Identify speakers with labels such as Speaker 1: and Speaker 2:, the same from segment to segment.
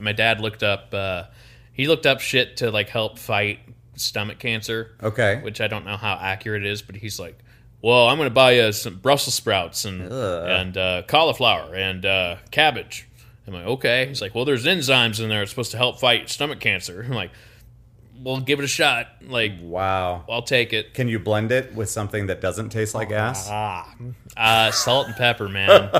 Speaker 1: My dad looked up uh, he looked up shit to like help fight stomach cancer,
Speaker 2: Okay.
Speaker 1: which I don't know how accurate it is, but he's like, "Well, I'm going to buy you some Brussels sprouts and and uh, cauliflower and uh, cabbage." I'm like, "Okay." He's like, "Well, there's enzymes in there that's supposed to help fight stomach cancer." I'm like, "Well, give it a shot. Like,
Speaker 2: Wow.
Speaker 1: I'll take it."
Speaker 2: Can you blend it with something that doesn't taste like ass?
Speaker 1: Ah, uh, salt and pepper, man.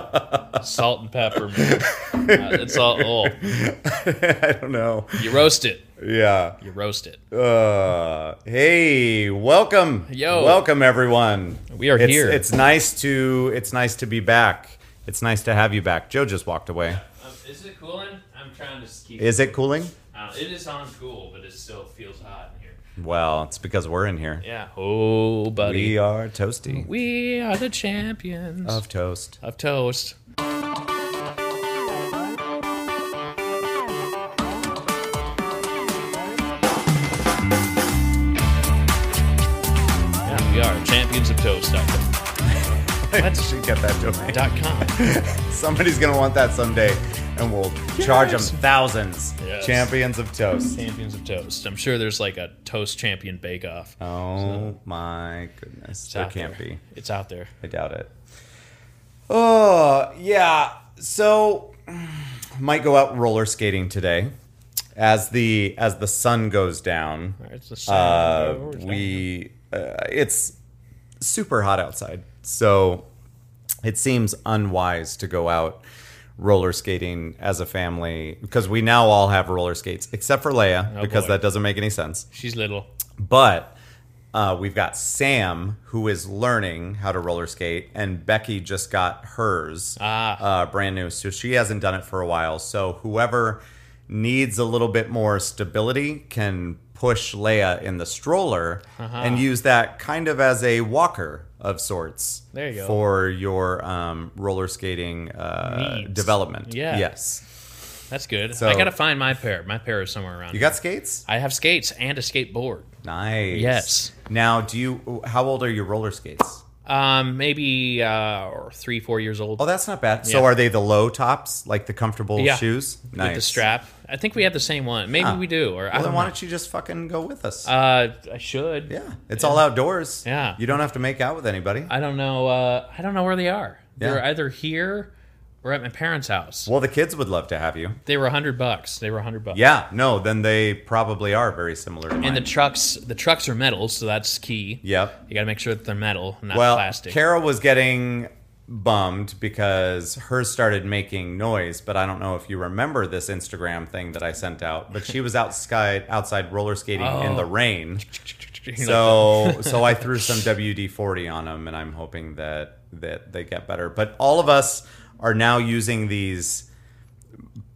Speaker 1: salt and pepper, man. Uh, it's all. Oh,
Speaker 2: I don't know.
Speaker 1: you roast it.
Speaker 2: Yeah.
Speaker 1: You roast it.
Speaker 2: Uh, hey, welcome.
Speaker 1: Yo.
Speaker 2: Welcome everyone.
Speaker 1: We are
Speaker 2: it's,
Speaker 1: here.
Speaker 2: It's nice to it's nice to be back. It's nice to have you back. Joe just walked away.
Speaker 1: Um, is it cooling? I'm trying to keep.
Speaker 2: Is it cooling?
Speaker 1: Uh, it is on cool, but it still feels hot in here.
Speaker 2: Well, it's because we're in here.
Speaker 1: Yeah. Oh, buddy.
Speaker 2: We are toasty
Speaker 1: We are the champions
Speaker 2: of toast.
Speaker 1: of toast. Yeah, we are champions of toast. dot com. That's
Speaker 2: Should get that domain.
Speaker 1: dot com.
Speaker 2: Somebody's gonna want that someday, and we'll charge them thousands.
Speaker 1: Yes.
Speaker 2: Champions of toast.
Speaker 1: Champions of toast. I'm sure there's like a toast champion bake off.
Speaker 2: Oh my goodness, there
Speaker 1: out
Speaker 2: can't
Speaker 1: there.
Speaker 2: be.
Speaker 1: It's out there.
Speaker 2: I doubt it. Oh, yeah. So might go out roller skating today. As the as the sun goes down,
Speaker 1: All right, It's a
Speaker 2: uh,
Speaker 1: sign.
Speaker 2: we uh, it's super hot outside. So it seems unwise to go out roller skating as a family because we now all have roller skates except for Leia
Speaker 1: Oh,
Speaker 2: because
Speaker 1: boy.
Speaker 2: that doesn't make any sense.
Speaker 1: She's little.
Speaker 2: But uh, we've got Sam who is learning how to roller skate, and Becky just got hers
Speaker 1: Ah.
Speaker 2: uh, brand new, so she hasn't done it for a while. So whoever needs a little bit more stability can push Leia in the stroller
Speaker 1: Uh-huh.
Speaker 2: and use that kind of as a walker of sorts.
Speaker 1: There you go.
Speaker 2: for your um, roller skating uh,
Speaker 1: Needs.
Speaker 2: development.
Speaker 1: Yeah.
Speaker 2: Yes.
Speaker 1: That's good.
Speaker 2: So-
Speaker 1: I gotta find my pair. My pair is somewhere around.
Speaker 2: You
Speaker 1: here.
Speaker 2: got skates?
Speaker 1: I have skates and a skateboard.
Speaker 2: Nice.
Speaker 1: Yes.
Speaker 2: Now, do you? How old are your roller skates?
Speaker 1: Um, maybe uh, or three, four years old
Speaker 2: Oh, that's not bad. So
Speaker 1: Yeah.
Speaker 2: are they the low tops, like the comfortable
Speaker 1: Yeah.
Speaker 2: shoes?
Speaker 1: with the strap. I think we have the same one. Maybe
Speaker 2: Huh.
Speaker 1: we do. Or I
Speaker 2: Well, then
Speaker 1: don't
Speaker 2: why
Speaker 1: want
Speaker 2: don't you just fucking go with us?
Speaker 1: to. Uh, I should.
Speaker 2: yeah, it's all outdoors.
Speaker 1: Yeah.
Speaker 2: you don't have to make out with anybody.
Speaker 1: I don't know. Uh, I don't know where they are.
Speaker 2: Yeah.
Speaker 1: They're either here or at my parents' house.
Speaker 2: well, the kids would love to have you.
Speaker 1: They were a hundred bucks. They were a hundred bucks.
Speaker 2: Yeah, no, then they probably are very similar to mine.
Speaker 1: And the trucks, the trucks are metal, so that's key.
Speaker 2: yep.
Speaker 1: You got to make sure that they're metal, not
Speaker 2: Well,
Speaker 1: plastic.
Speaker 2: Kara was getting bummed because hers started making noise, but I don't know if you remember this Instagram thing that I sent out. But she was outside outside roller skating in
Speaker 1: Oh.
Speaker 2: the rain.
Speaker 1: You know,
Speaker 2: So so I threw some WD forty on them, and I'm hoping that that they get better. But all of us are now using these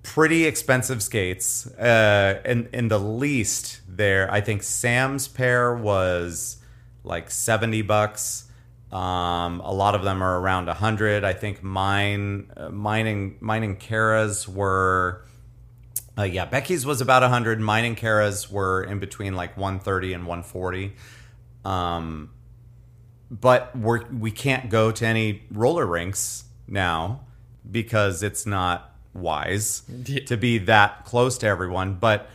Speaker 2: pretty expensive skates. Uh, and in the least, there I think Sam's pair was like seventy bucks. Um, a lot of them are around a hundred. I think mine, uh, mine and mine and Kara's were. Uh, yeah, Becky's was about 100. Mine and Kara's were in between like 130 and 140. Um, but we're, we can't go to any roller rinks now because it's not wise
Speaker 1: Yeah.
Speaker 2: to be that close to everyone. But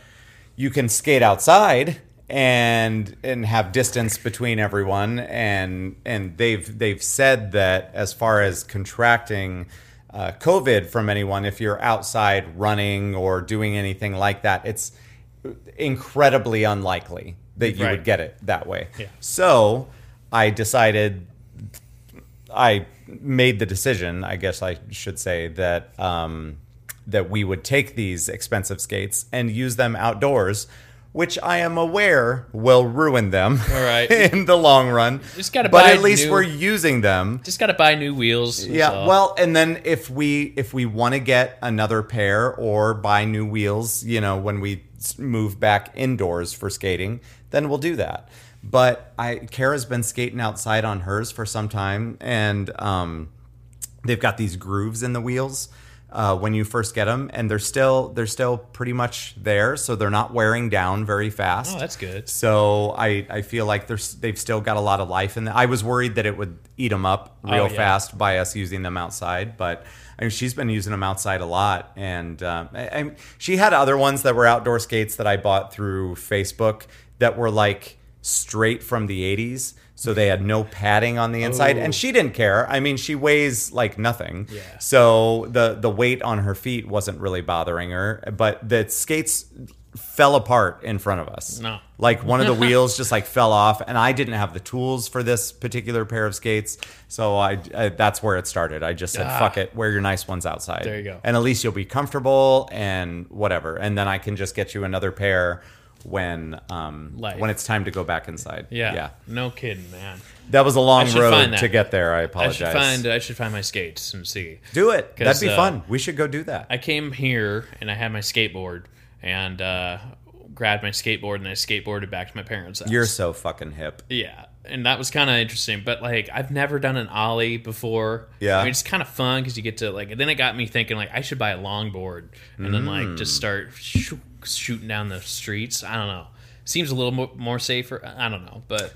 Speaker 2: you can skate outside and and have distance between everyone and and they've they've said that as far as contracting uh, COVID from anyone, if you're outside running or doing anything like that, it's incredibly unlikely that you
Speaker 1: Right.
Speaker 2: would get it that way.
Speaker 1: Yeah.
Speaker 2: So I decided I made the decision, I guess I should say that um, that we would take these expensive skates and use them outdoors, which I am aware will ruin them.
Speaker 1: All right.
Speaker 2: in the long run.
Speaker 1: Just gotta
Speaker 2: but
Speaker 1: buy
Speaker 2: at least
Speaker 1: new-
Speaker 2: we're using them.
Speaker 1: just got to buy new wheels. that's
Speaker 2: Yeah,
Speaker 1: all.
Speaker 2: well, and then if we if we want to get another pair or buy new wheels, you know, when we s- move back indoors for skating, then we'll do that. But I Kara's been skating outside on hers for some time, and um, they've got these grooves in the wheels uh, when you first get them, and they're still they're still pretty much there, so they're not wearing down very fast.
Speaker 1: Oh, that's good.
Speaker 2: So I, I feel like they're, s- they've still got a lot of life in them. I was worried that it would eat them up real
Speaker 1: Oh, yeah.
Speaker 2: fast by us using them outside, but I mean, she's been using them outside a lot. And um, I, I, she had other ones that were outdoor skates that I bought through Facebook that were like straight from the 80s. So they had no padding on the inside,
Speaker 1: Oh.
Speaker 2: and she didn't care. I mean, she weighs like nothing,
Speaker 1: Yeah.
Speaker 2: so the the weight on her feet wasn't really bothering her. But the skates fell apart in front of us.
Speaker 1: No.
Speaker 2: Like one of the wheels just like fell off, and I didn't have the tools for this particular pair of skates, so I, I that's where it started. I just said,
Speaker 1: Ah.
Speaker 2: "Fuck it, wear your nice ones outside."
Speaker 1: There you go.
Speaker 2: and at least you'll be comfortable and whatever. And then I can just get you another pair when um
Speaker 1: Life.
Speaker 2: when it's time to go back inside.
Speaker 1: Yeah. No kidding, man.
Speaker 2: that was a long
Speaker 1: should
Speaker 2: road
Speaker 1: find
Speaker 2: to
Speaker 1: that.
Speaker 2: get there. I
Speaker 1: I
Speaker 2: apologize.
Speaker 1: should find I should find my skates and see.
Speaker 2: Do it. That'd
Speaker 1: 'Cause,
Speaker 2: be
Speaker 1: uh,
Speaker 2: fun. We should go do that.
Speaker 1: I came here and I had my skateboard and uh, grabbed my skateboard and I skateboarded back to my parents' house.
Speaker 2: You're so fucking hip.
Speaker 1: Yeah, and that was kind of interesting. But like, I've never done an ollie before.
Speaker 2: Yeah.
Speaker 1: I mean, it's kind of fun because you get to like. And then it got me thinking like I should buy a longboard and then like
Speaker 2: Mm.
Speaker 1: just start shoo- shooting down the streets. I don't know. Seems a little mo- more safer. I I don't know, but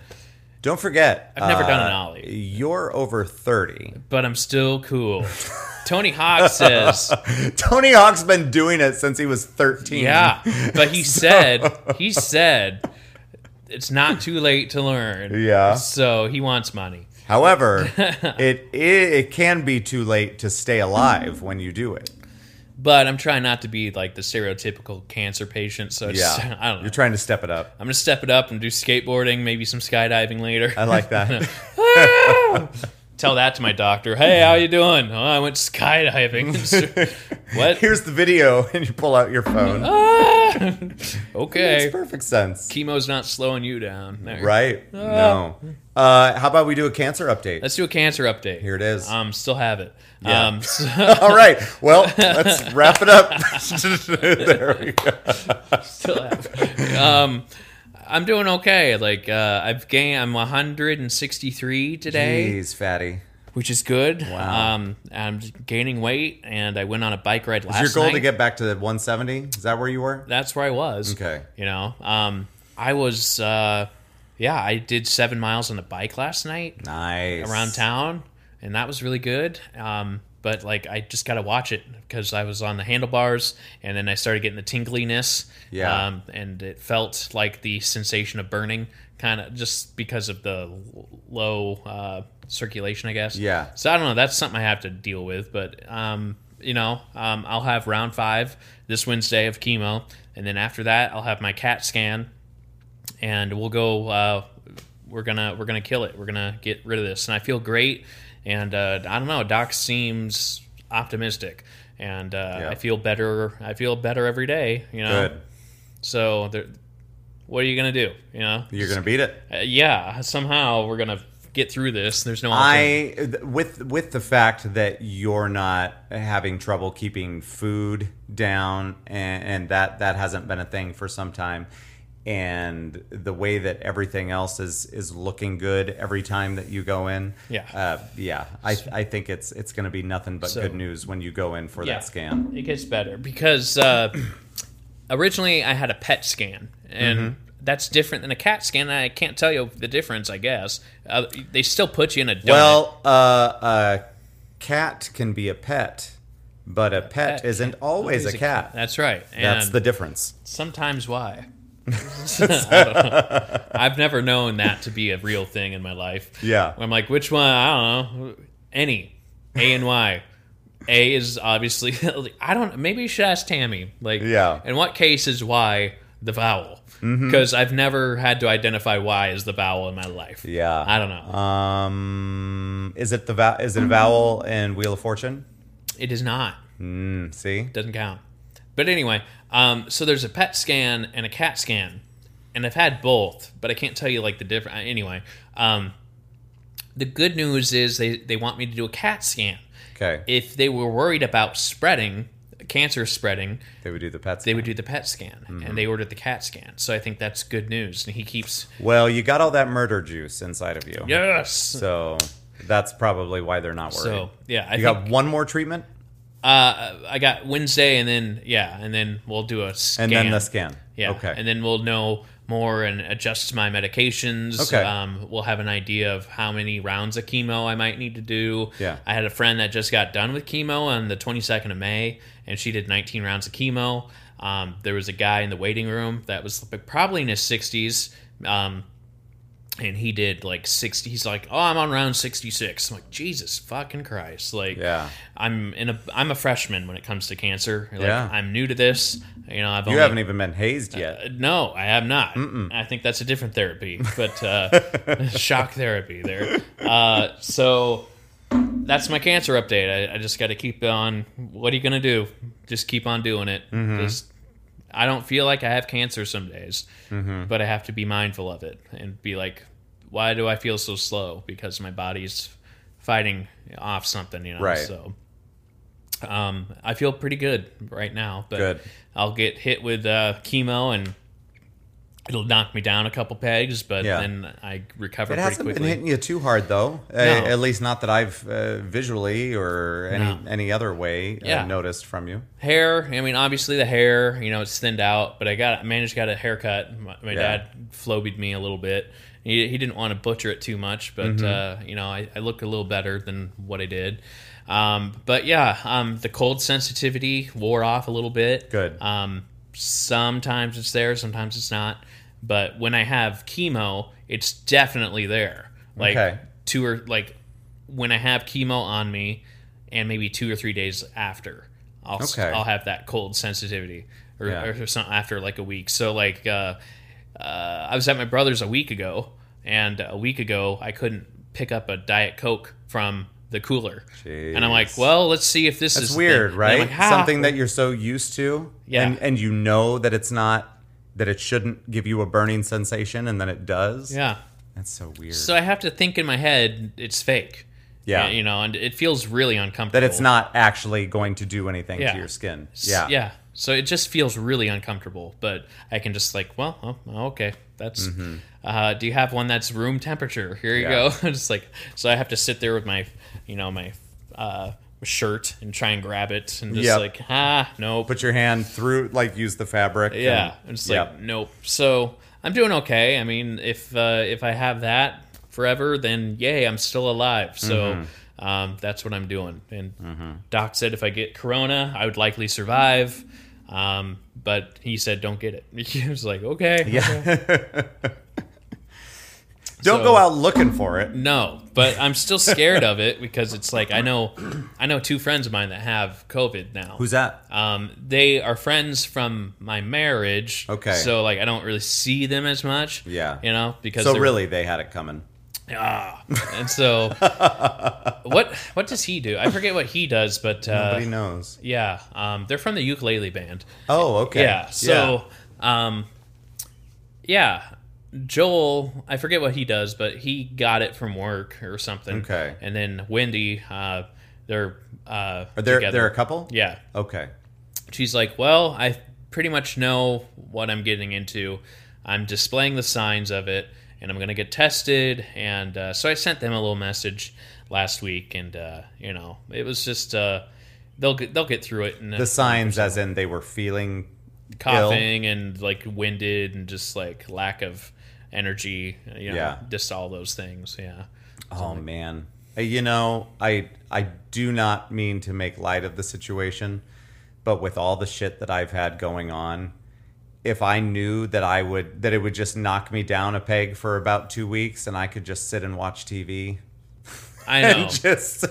Speaker 2: Don't forget, uh,
Speaker 1: I've never done an ollie.
Speaker 2: You're over thirty.
Speaker 1: But I'm still cool. Tony Hawk says,
Speaker 2: Tony Hawk's been doing it since he was thirteen.
Speaker 1: "Yeah," but he said he said it's not too late to learn.
Speaker 2: Yeah.
Speaker 1: So he wants money.
Speaker 2: However, it, it it can be too late to stay alive when you do it.
Speaker 1: But I'm trying not to be like the stereotypical cancer patient. So it's,
Speaker 2: Yeah,
Speaker 1: I don't know.
Speaker 2: You're trying to step it up.
Speaker 1: I'm gonna step it up and do skateboarding, maybe some skydiving later.
Speaker 2: I like that.
Speaker 1: Tell that to my doctor. Hey, how you doing? Oh, I went skydiving. what?
Speaker 2: Here's the video, and you pull out your phone.
Speaker 1: Ah!
Speaker 2: Makes
Speaker 1: okay.
Speaker 2: perfect sense.
Speaker 1: Chemo's not slowing you down. There.
Speaker 2: Right? No. Uh, how about we do a cancer update?
Speaker 1: Oh. Let's do a cancer update.
Speaker 2: Here it is.
Speaker 1: Um, still have it. Um, so-
Speaker 2: All right. Well, let's wrap it up. there we go.
Speaker 1: still have. Um, I'm doing okay. Like uh, I've gained. I'm 163 today.
Speaker 2: Jeez, fatty.
Speaker 1: which is good.
Speaker 2: Wow.
Speaker 1: Um, I'm just gaining weight, and I went on a bike ride last
Speaker 2: Is your goal
Speaker 1: night.
Speaker 2: to get back to 170? Is that where you were?
Speaker 1: That's where I was.
Speaker 2: Okay.
Speaker 1: You know, um, I was, uh, yeah, I did seven miles on the bike last night
Speaker 2: Nice.
Speaker 1: around town, and that was really good. Um, but like, I just got to watch it because I was on the handlebars, and then I started getting the tingliness.
Speaker 2: Yeah.
Speaker 1: Um, and it felt like the sensation of burning, kind of just because of the l- low uh, circulation, I guess.
Speaker 2: Yeah.
Speaker 1: So I don't know. That's something I have to deal with, but um, you know, um, I'll have round five this Wednesday of chemo, and then after that, I'll have my CAT scan, and we'll go. Uh, we're gonna we're gonna kill it. We're gonna get rid of this, and I feel great. And uh, I don't know. Doc seems optimistic, and uh,
Speaker 2: Yeah.
Speaker 1: I feel better. I feel better every day. You know.
Speaker 2: Good.
Speaker 1: So there, what are you gonna do? You know.
Speaker 2: You're going to beat it.
Speaker 1: Uh, yeah. Somehow we're gonna get through this. There's no. alternative.
Speaker 2: I th- with with the fact that you're not having trouble keeping food down and, and that that hasn't been a thing for some time and the way that everything else is is looking good every time that you go in
Speaker 1: Yeah.
Speaker 2: uh, yeah I, I think it's it's going to be nothing but
Speaker 1: So-
Speaker 2: good news when you go in for
Speaker 1: Yeah.
Speaker 2: that scan
Speaker 1: It gets better because uh, originally I had a PET scan, and
Speaker 2: Mm-hmm.
Speaker 1: that's different than a CAT scan. And I can't tell you the difference. I guess uh, they still put you in a donut.
Speaker 2: Well, uh, a cat can be a pet, but a pet,
Speaker 1: pet
Speaker 2: isn't always, a cat.
Speaker 1: That's right. And
Speaker 2: That's the difference.
Speaker 1: sometimes why. I don't know. I've never known that to be a real thing in my life.
Speaker 2: Yeah.
Speaker 1: I'm like, which one? I don't know. Any. A and Y. A is obviously. I don't. Maybe you should ask Tammy. Like,
Speaker 2: Yeah. Mm-hmm.
Speaker 1: In what case is Y the vowel? Because I've never had to identify Y as the vowel in my life.
Speaker 2: Yeah.
Speaker 1: I don't know.
Speaker 2: Um, is it the vo- is it a vowel in Wheel of Fortune?
Speaker 1: It is not.
Speaker 2: Mm, see,
Speaker 1: doesn't count. But anyway, um, so there's a PET scan and a CAT scan, and I've had both, but I can't tell you like the different. Anyway, um, the good news is they they want me to do a CAT scan.
Speaker 2: okay,
Speaker 1: If they were worried about spreading cancer spreading,
Speaker 2: they would do the pets.
Speaker 1: they would do the PET scan,
Speaker 2: Mm-hmm.
Speaker 1: and they ordered the CAT scan. So I think that's good news. And he keeps
Speaker 2: well, you got all that murder juice inside of you,
Speaker 1: yes.
Speaker 2: so that's probably why they're not worried.
Speaker 1: So yeah, I
Speaker 2: you
Speaker 1: think
Speaker 2: got one more treatment.
Speaker 1: Uh, I got Wednesday, and then yeah, and then we'll do a scan.
Speaker 2: And then the scan.
Speaker 1: yeah,
Speaker 2: Okay.
Speaker 1: and then we'll know more and adjust my medications.
Speaker 2: Okay.
Speaker 1: um, we'll have an idea of how many rounds of chemo I might need to do.
Speaker 2: Yeah.
Speaker 1: I had a friend that just got done with chemo on the 22nd of May, and she did 19 rounds of chemo. Um, there was a guy in the waiting room that was probably in his 60s. Um, and he did like 60 he's like oh i'm on round 66 i'm like jesus fucking christ like
Speaker 2: yeah.
Speaker 1: i'm in a i'm a freshman when it comes to cancer like,
Speaker 2: Yeah.
Speaker 1: i'm new to this you know i've
Speaker 2: You
Speaker 1: only,
Speaker 2: haven't even been hazed yet.
Speaker 1: Uh, no i have not i think that's a different therapy but uh shock therapy there uh so that's my cancer update i, I just got to keep on what are you gonna do just keep on doing it just I don't feel like I have cancer some days, but I have to be mindful of it and be like, why do I feel so slow? Because my body's fighting off something, you know.
Speaker 2: Right.
Speaker 1: So, um, I feel pretty good right now, but
Speaker 2: Good.
Speaker 1: I'll get hit with uh, chemo and it'll knock me down a couple pegs, but
Speaker 2: Yeah.
Speaker 1: then I recover
Speaker 2: It
Speaker 1: pretty
Speaker 2: hasn't
Speaker 1: quickly.
Speaker 2: been hitting you too hard though. Uh, at least not that I've uh, visually or any
Speaker 1: No.
Speaker 2: any other way uh,
Speaker 1: Yeah.
Speaker 2: noticed from you.
Speaker 1: hair i mean obviously the hair you know it's thinned out but i got I managed to got a haircut my, my
Speaker 2: Yeah.
Speaker 1: dad flobied me a little bit he, he didn't want to butcher it too much but
Speaker 2: Mm-hmm.
Speaker 1: uh, you know I, I look a little better than what i did um, but yeah um, the cold sensitivity wore off a little bit
Speaker 2: Good.
Speaker 1: um, sometimes it's there sometimes it's not but when i have chemo it's definitely there like
Speaker 2: Okay.
Speaker 1: two or like when i have chemo on me and maybe two or three days after i'll I'll,
Speaker 2: Okay.
Speaker 1: I'll have that cold sensitivity or,
Speaker 2: Yeah.
Speaker 1: or something after like a week. So like, uh, uh, I was at my brother's a week ago, and a week ago I couldn't pick up a diet coke from the cooler, and I'm like,
Speaker 2: Jeez.
Speaker 1: well, let's see if this
Speaker 2: It's
Speaker 1: is
Speaker 2: weird, right?
Speaker 1: Something
Speaker 2: Something that you're so used to,
Speaker 1: Yeah.
Speaker 2: and and you know that it's not that it shouldn't give you a burning sensation, and then it does.
Speaker 1: yeah.
Speaker 2: that's so weird.
Speaker 1: So I have to think in my head it's fake.
Speaker 2: Yeah.
Speaker 1: you know, and it feels really uncomfortable.
Speaker 2: that it's not actually going to do anything
Speaker 1: Yeah.
Speaker 2: to your skin.
Speaker 1: S-
Speaker 2: Yeah,
Speaker 1: yeah. So it just feels really uncomfortable, but I can just like, well, oh, okay, that's. Uh, do you have one that's room temperature? Here you
Speaker 2: Mm-hmm. Yeah.
Speaker 1: go. just like so, I have to sit there with my, you know, my uh, shirt and try and grab it, and just
Speaker 2: Yep.
Speaker 1: like, ah, no,
Speaker 2: Put your hand through, like use the fabric.
Speaker 1: yeah,
Speaker 2: and-
Speaker 1: and it's
Speaker 2: yep.
Speaker 1: like, nope. So I'm doing okay. I mean, if uh, if I have that forever, then yay, I'm still alive. So.
Speaker 2: Mm-hmm.
Speaker 1: Um, that's what I'm doing. And Doc said if I get corona, I would likely survive. Um, but he said don't get it. He was like, okay.
Speaker 2: yeah. Don't
Speaker 1: So-
Speaker 2: go out looking for it.
Speaker 1: No, but I'm still scared of it because it's like I know I know two friends of mine that have COVID now.
Speaker 2: Who's that?
Speaker 1: Um, they are friends from my marriage.
Speaker 2: Okay.
Speaker 1: So like I don't really see them as much.
Speaker 2: Yeah.
Speaker 1: You know because
Speaker 2: So
Speaker 1: they're-
Speaker 2: really, they had it coming.
Speaker 1: ah. And so what what does he do? I forget what he does, but uh,
Speaker 2: Nobody knows.
Speaker 1: yeah, um, they're from the ukulele band.
Speaker 2: Oh, okay.
Speaker 1: Yeah. So um, yeah. Joel, I forget what he does, but he got it from work or something.
Speaker 2: Okay.
Speaker 1: And then Wendy, uh, they're uh,
Speaker 2: are there
Speaker 1: together.
Speaker 2: there a couple?
Speaker 1: yeah.
Speaker 2: Okay.
Speaker 1: She's like, Well, I pretty much know what I'm getting into. I'm displaying the signs of it, and I'm going to get tested. And uh, so I sent them a little message last week, and, uh, you know, it was just. Uh, They'll get, they'll get through it and
Speaker 2: The signs, as in they were feeling
Speaker 1: coughing and like winded and just like lack of energy you know
Speaker 2: Yeah.
Speaker 1: just all those things yeah
Speaker 2: Oh man, Uh, you know, I I do not mean to make light of the situation, but with all the shit that I've had going on, if I knew that I would that it would just knock me down a peg for about two weeks and I could just sit and watch TV
Speaker 1: i know
Speaker 2: and just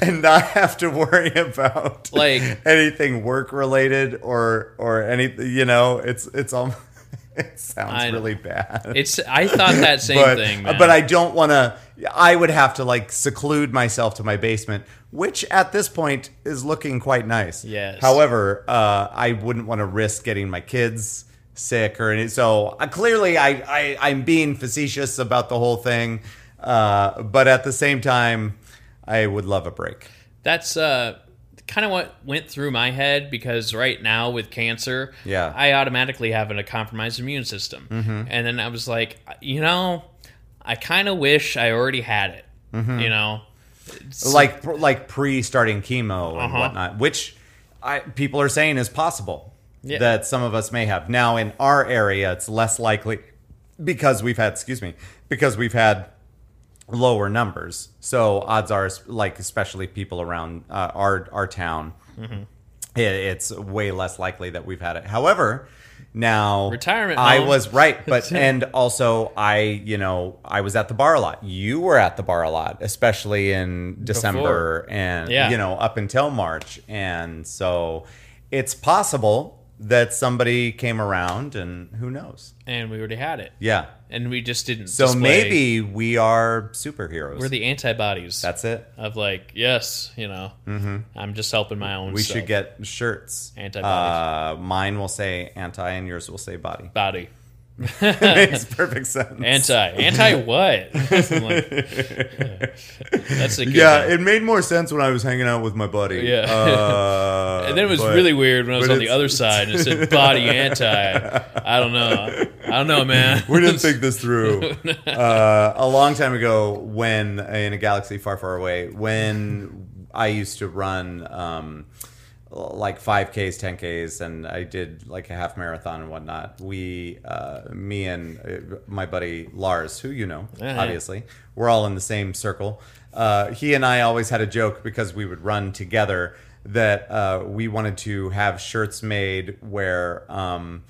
Speaker 2: and not have to worry about
Speaker 1: Like-
Speaker 2: anything work related or or anything, you know, it's it's almost it sounds
Speaker 1: I know.
Speaker 2: really bad
Speaker 1: it's i thought that same
Speaker 2: but,
Speaker 1: thing man.
Speaker 2: But I don't want to. I would have to like seclude myself to my basement, which at this point is looking quite nice.
Speaker 1: Yes.
Speaker 2: However, uh, I wouldn't want to risk getting my kids sick or any. So uh, clearly, I, I I'm being facetious about the whole thing, uh, but at the same time, I would love a break.
Speaker 1: that's uh kind of what went through my head because right now with cancer
Speaker 2: Yeah. Mm-hmm.
Speaker 1: i automatically have a compromised immune system and then i was like you know i kind of wish i already had
Speaker 2: Mm-hmm.
Speaker 1: it you know It's-
Speaker 2: like like pre starting chemo and
Speaker 1: Uh-huh.
Speaker 2: whatnot, which I, people are saying is possible
Speaker 1: Yeah.
Speaker 2: that some of us may have. Now, in our area, it's less likely because we've had, excuse me, because we've had lower numbers. So odds are, like especially people around uh, our our town,
Speaker 1: Mm-hmm.
Speaker 2: i- it's way less likely that we've had it. However, now
Speaker 1: Retirement
Speaker 2: I
Speaker 1: home.
Speaker 2: was right, but and also I, you know, I was at the bar a lot. You were at the bar a lot, especially in December and
Speaker 1: Yeah.
Speaker 2: you know up until March, and so it's possible that somebody came around, and who knows?
Speaker 1: and we already had it,
Speaker 2: Yeah.
Speaker 1: and we just didn't.
Speaker 2: So
Speaker 1: display-
Speaker 2: maybe we are superheroes.
Speaker 1: we're the antibodies
Speaker 2: That's it.
Speaker 1: of like, yes, you know, I'm just helping my own.
Speaker 2: We
Speaker 1: self.
Speaker 2: should get shirts.
Speaker 1: Antibodies.
Speaker 2: Uh, mine will say anti, and yours will say body.
Speaker 1: body
Speaker 2: Makes perfect sense.
Speaker 1: anti anti what? I'm like, that's a good
Speaker 2: Yeah,
Speaker 1: one.
Speaker 2: it made more sense when I was hanging out with my buddy.
Speaker 1: Yeah.
Speaker 2: Uh,
Speaker 1: And then it was
Speaker 2: but-
Speaker 1: really weird when I was
Speaker 2: but
Speaker 1: on the
Speaker 2: it's-
Speaker 1: other side and it said body anti. I don't know. I don't know, man.
Speaker 2: We didn't think this through. Uh, a long time ago, when in a galaxy far, far away, when I used to run um, like 5Ks, 10Ks, and I did like a half marathon and whatnot, we, uh, me and uh, my buddy Lars, who you know,
Speaker 1: yeah.
Speaker 2: obviously, we're all in the same circle. Uh, he and I always had a joke because we would run together that uh, we wanted to have shirts made where. Um,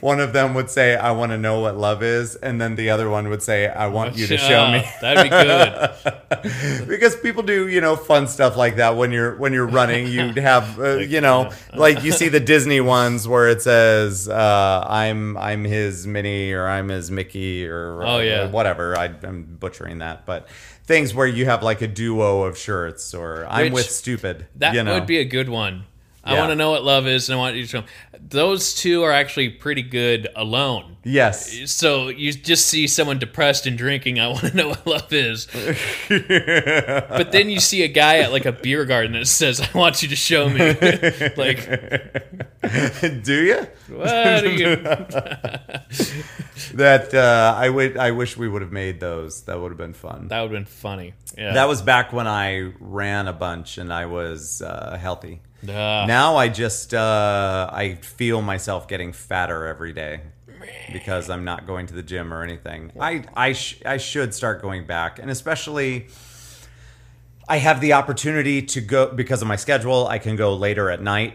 Speaker 2: one of them would say, I want to know what love is. And then the other one would say, I want you to show me.
Speaker 1: Yeah, That'd be good.
Speaker 2: because people do, you know, fun stuff like that when you're when you're running. You have, uh, you know, like you see the Disney ones where it says, uh, "I'm I'm his Minnie" or "I'm his Mickey" or
Speaker 1: Oh, yeah.
Speaker 2: whatever. I, I'm butchering that, but things where you have like a duo of shirts or "I'm
Speaker 1: Which-
Speaker 2: with stupid."
Speaker 1: That
Speaker 2: you know.
Speaker 1: would be a good one. I
Speaker 2: Yeah.
Speaker 1: want to know what love is, and I want you to show. 'em. Those two are actually pretty good alone.
Speaker 2: yes.
Speaker 1: So you just see someone depressed and drinking. I want to know what love is. but then you see a guy at like a beer garden that says, "I want you to show me." like,
Speaker 2: do you?
Speaker 1: what are you?
Speaker 2: That uh, I would. I wish we would have made those. That would have been fun.
Speaker 1: That would have been funny. Yeah.
Speaker 2: That was back when I ran a bunch and I was uh, healthy.
Speaker 1: Ah.
Speaker 2: Now I just uh, I feel myself getting fatter every day because I'm not going to the gym or anything. I I sh- I should start going back, and especially I have the opportunity to go because of my schedule. I can go later at night.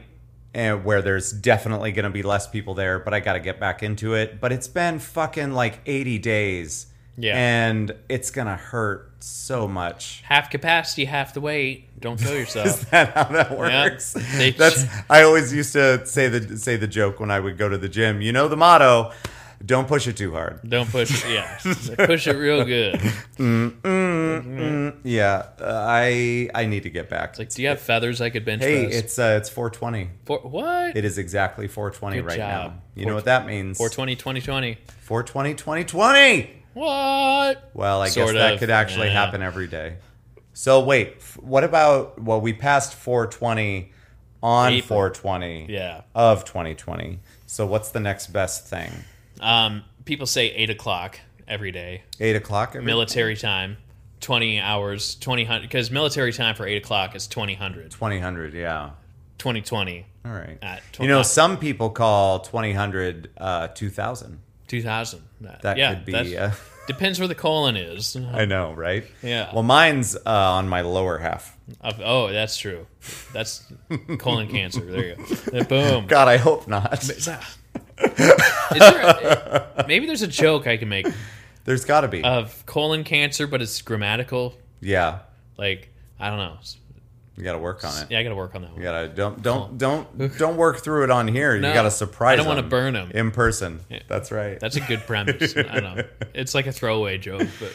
Speaker 2: And where there's definitely going to be less people there, but I got to get back into it. But it's been fucking like 80 days.
Speaker 1: Yeah.
Speaker 2: And it's going to hurt so much.
Speaker 1: half capacity, half the weight. Don't kill yourself.
Speaker 2: Is that how that
Speaker 1: Yeah.
Speaker 2: works?
Speaker 1: They-
Speaker 2: That's I always used to say the say the joke when I would go to the gym. You know the motto, don't push it too hard.
Speaker 1: Don't push it. Yeah, push it real good. It's
Speaker 2: Yeah, uh, I I need to get back.
Speaker 1: Mm-hmm. like, do you have feathers I could bench
Speaker 2: hey,
Speaker 1: press?
Speaker 2: it's uh, it's 420.
Speaker 1: For, what?
Speaker 2: It is exactly 420
Speaker 1: Good
Speaker 2: right
Speaker 1: job.
Speaker 2: now. You know what that means?
Speaker 1: 420, 2020.
Speaker 2: 420 2020.
Speaker 1: What?
Speaker 2: Well, I
Speaker 1: Sort
Speaker 2: guess that
Speaker 1: of,
Speaker 2: could actually
Speaker 1: yeah.
Speaker 2: happen every day. So wait, f- what about well we passed 420 on
Speaker 1: April.
Speaker 2: 420
Speaker 1: Yeah.
Speaker 2: of 2020. So what's the next best thing?
Speaker 1: Um, people say eight o'clock every day,
Speaker 2: Eight o'clock. Every-
Speaker 1: military time, twenty hours, twenty hundred. Because military time for eight o'clock is twenty hundred,
Speaker 2: Twenty hundred. Yeah.
Speaker 1: twenty twenty,
Speaker 2: All right.
Speaker 1: At tw-
Speaker 2: you know,
Speaker 1: uh,
Speaker 2: some people call twenty hundred uh, two thousand.
Speaker 1: two thousand.
Speaker 2: That
Speaker 1: yeah,
Speaker 2: could be.
Speaker 1: that's-
Speaker 2: Uh,
Speaker 1: depends where the colon is.
Speaker 2: I know, right?
Speaker 1: Yeah.
Speaker 2: Well, mine's uh, on my lower half.
Speaker 1: Of- oh, that's true. That's colon cancer. There you go. Boom.
Speaker 2: God, I hope not.
Speaker 1: Is that- is there- maybe there's a joke I can make
Speaker 2: There's got to be.
Speaker 1: of colon cancer, but it's grammatical.
Speaker 2: yeah.
Speaker 1: Like I don't know.
Speaker 2: You got to work on it.
Speaker 1: Yeah, I got to work on that one.
Speaker 2: You gotta don't don't don't don't work through it on here.
Speaker 1: No,
Speaker 2: you gotta surprise.
Speaker 1: I don't wanna
Speaker 2: them
Speaker 1: burn 'em.
Speaker 2: in person. That's right.
Speaker 1: That's a good premise. I don't know. It's like a throwaway joke, but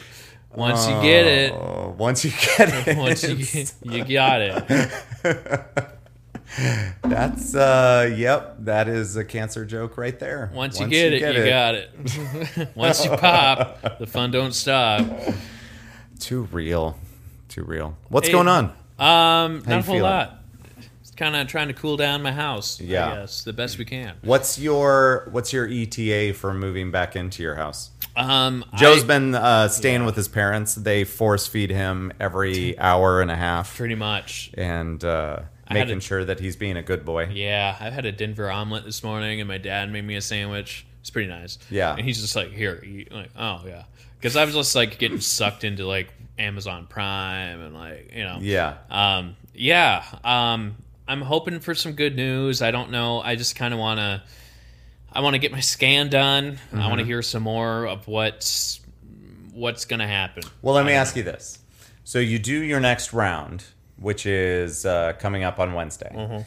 Speaker 1: once you get it,
Speaker 2: Oh, once you get it,
Speaker 1: once you get, you got it.
Speaker 2: that's uh, yep, that is a cancer joke right there.
Speaker 1: Once, you get it, you got it. once you pop, the fun don't stop.
Speaker 2: Too real. Too real. What's
Speaker 1: Hey.
Speaker 2: going on?
Speaker 1: Um, not
Speaker 2: you
Speaker 1: a whole
Speaker 2: feeling?
Speaker 1: lot. It's kind of trying to cool down my house.
Speaker 2: Yeah.
Speaker 1: I guess, the best we can.
Speaker 2: What's your what's your ETA for moving back into your house?
Speaker 1: Um,
Speaker 2: Joe's
Speaker 1: I-
Speaker 2: been uh, staying with his parents. They force feed him every hour and a half,
Speaker 1: pretty much.
Speaker 2: and uh,
Speaker 1: I had
Speaker 2: making
Speaker 1: a-
Speaker 2: sure that he's being a good boy.
Speaker 1: Yeah, I had a Denver omelet this morning, and my dad made me a sandwich. It's pretty nice.
Speaker 2: Yeah.
Speaker 1: and he's just like, "Here," eat." I'm like, "Oh yeah," because I was just like getting sucked into like Amazon Prime and like you know,
Speaker 2: Yeah.
Speaker 1: um, yeah. Um, I'm hoping for some good news. I don't know. I just kind of want to. I want to get my scan done. I
Speaker 2: Mm-hmm.
Speaker 1: want to hear some more of what's what's gonna happen.
Speaker 2: Well, let me ask you this. So you do your next round, which is uh, coming up on Wednesday.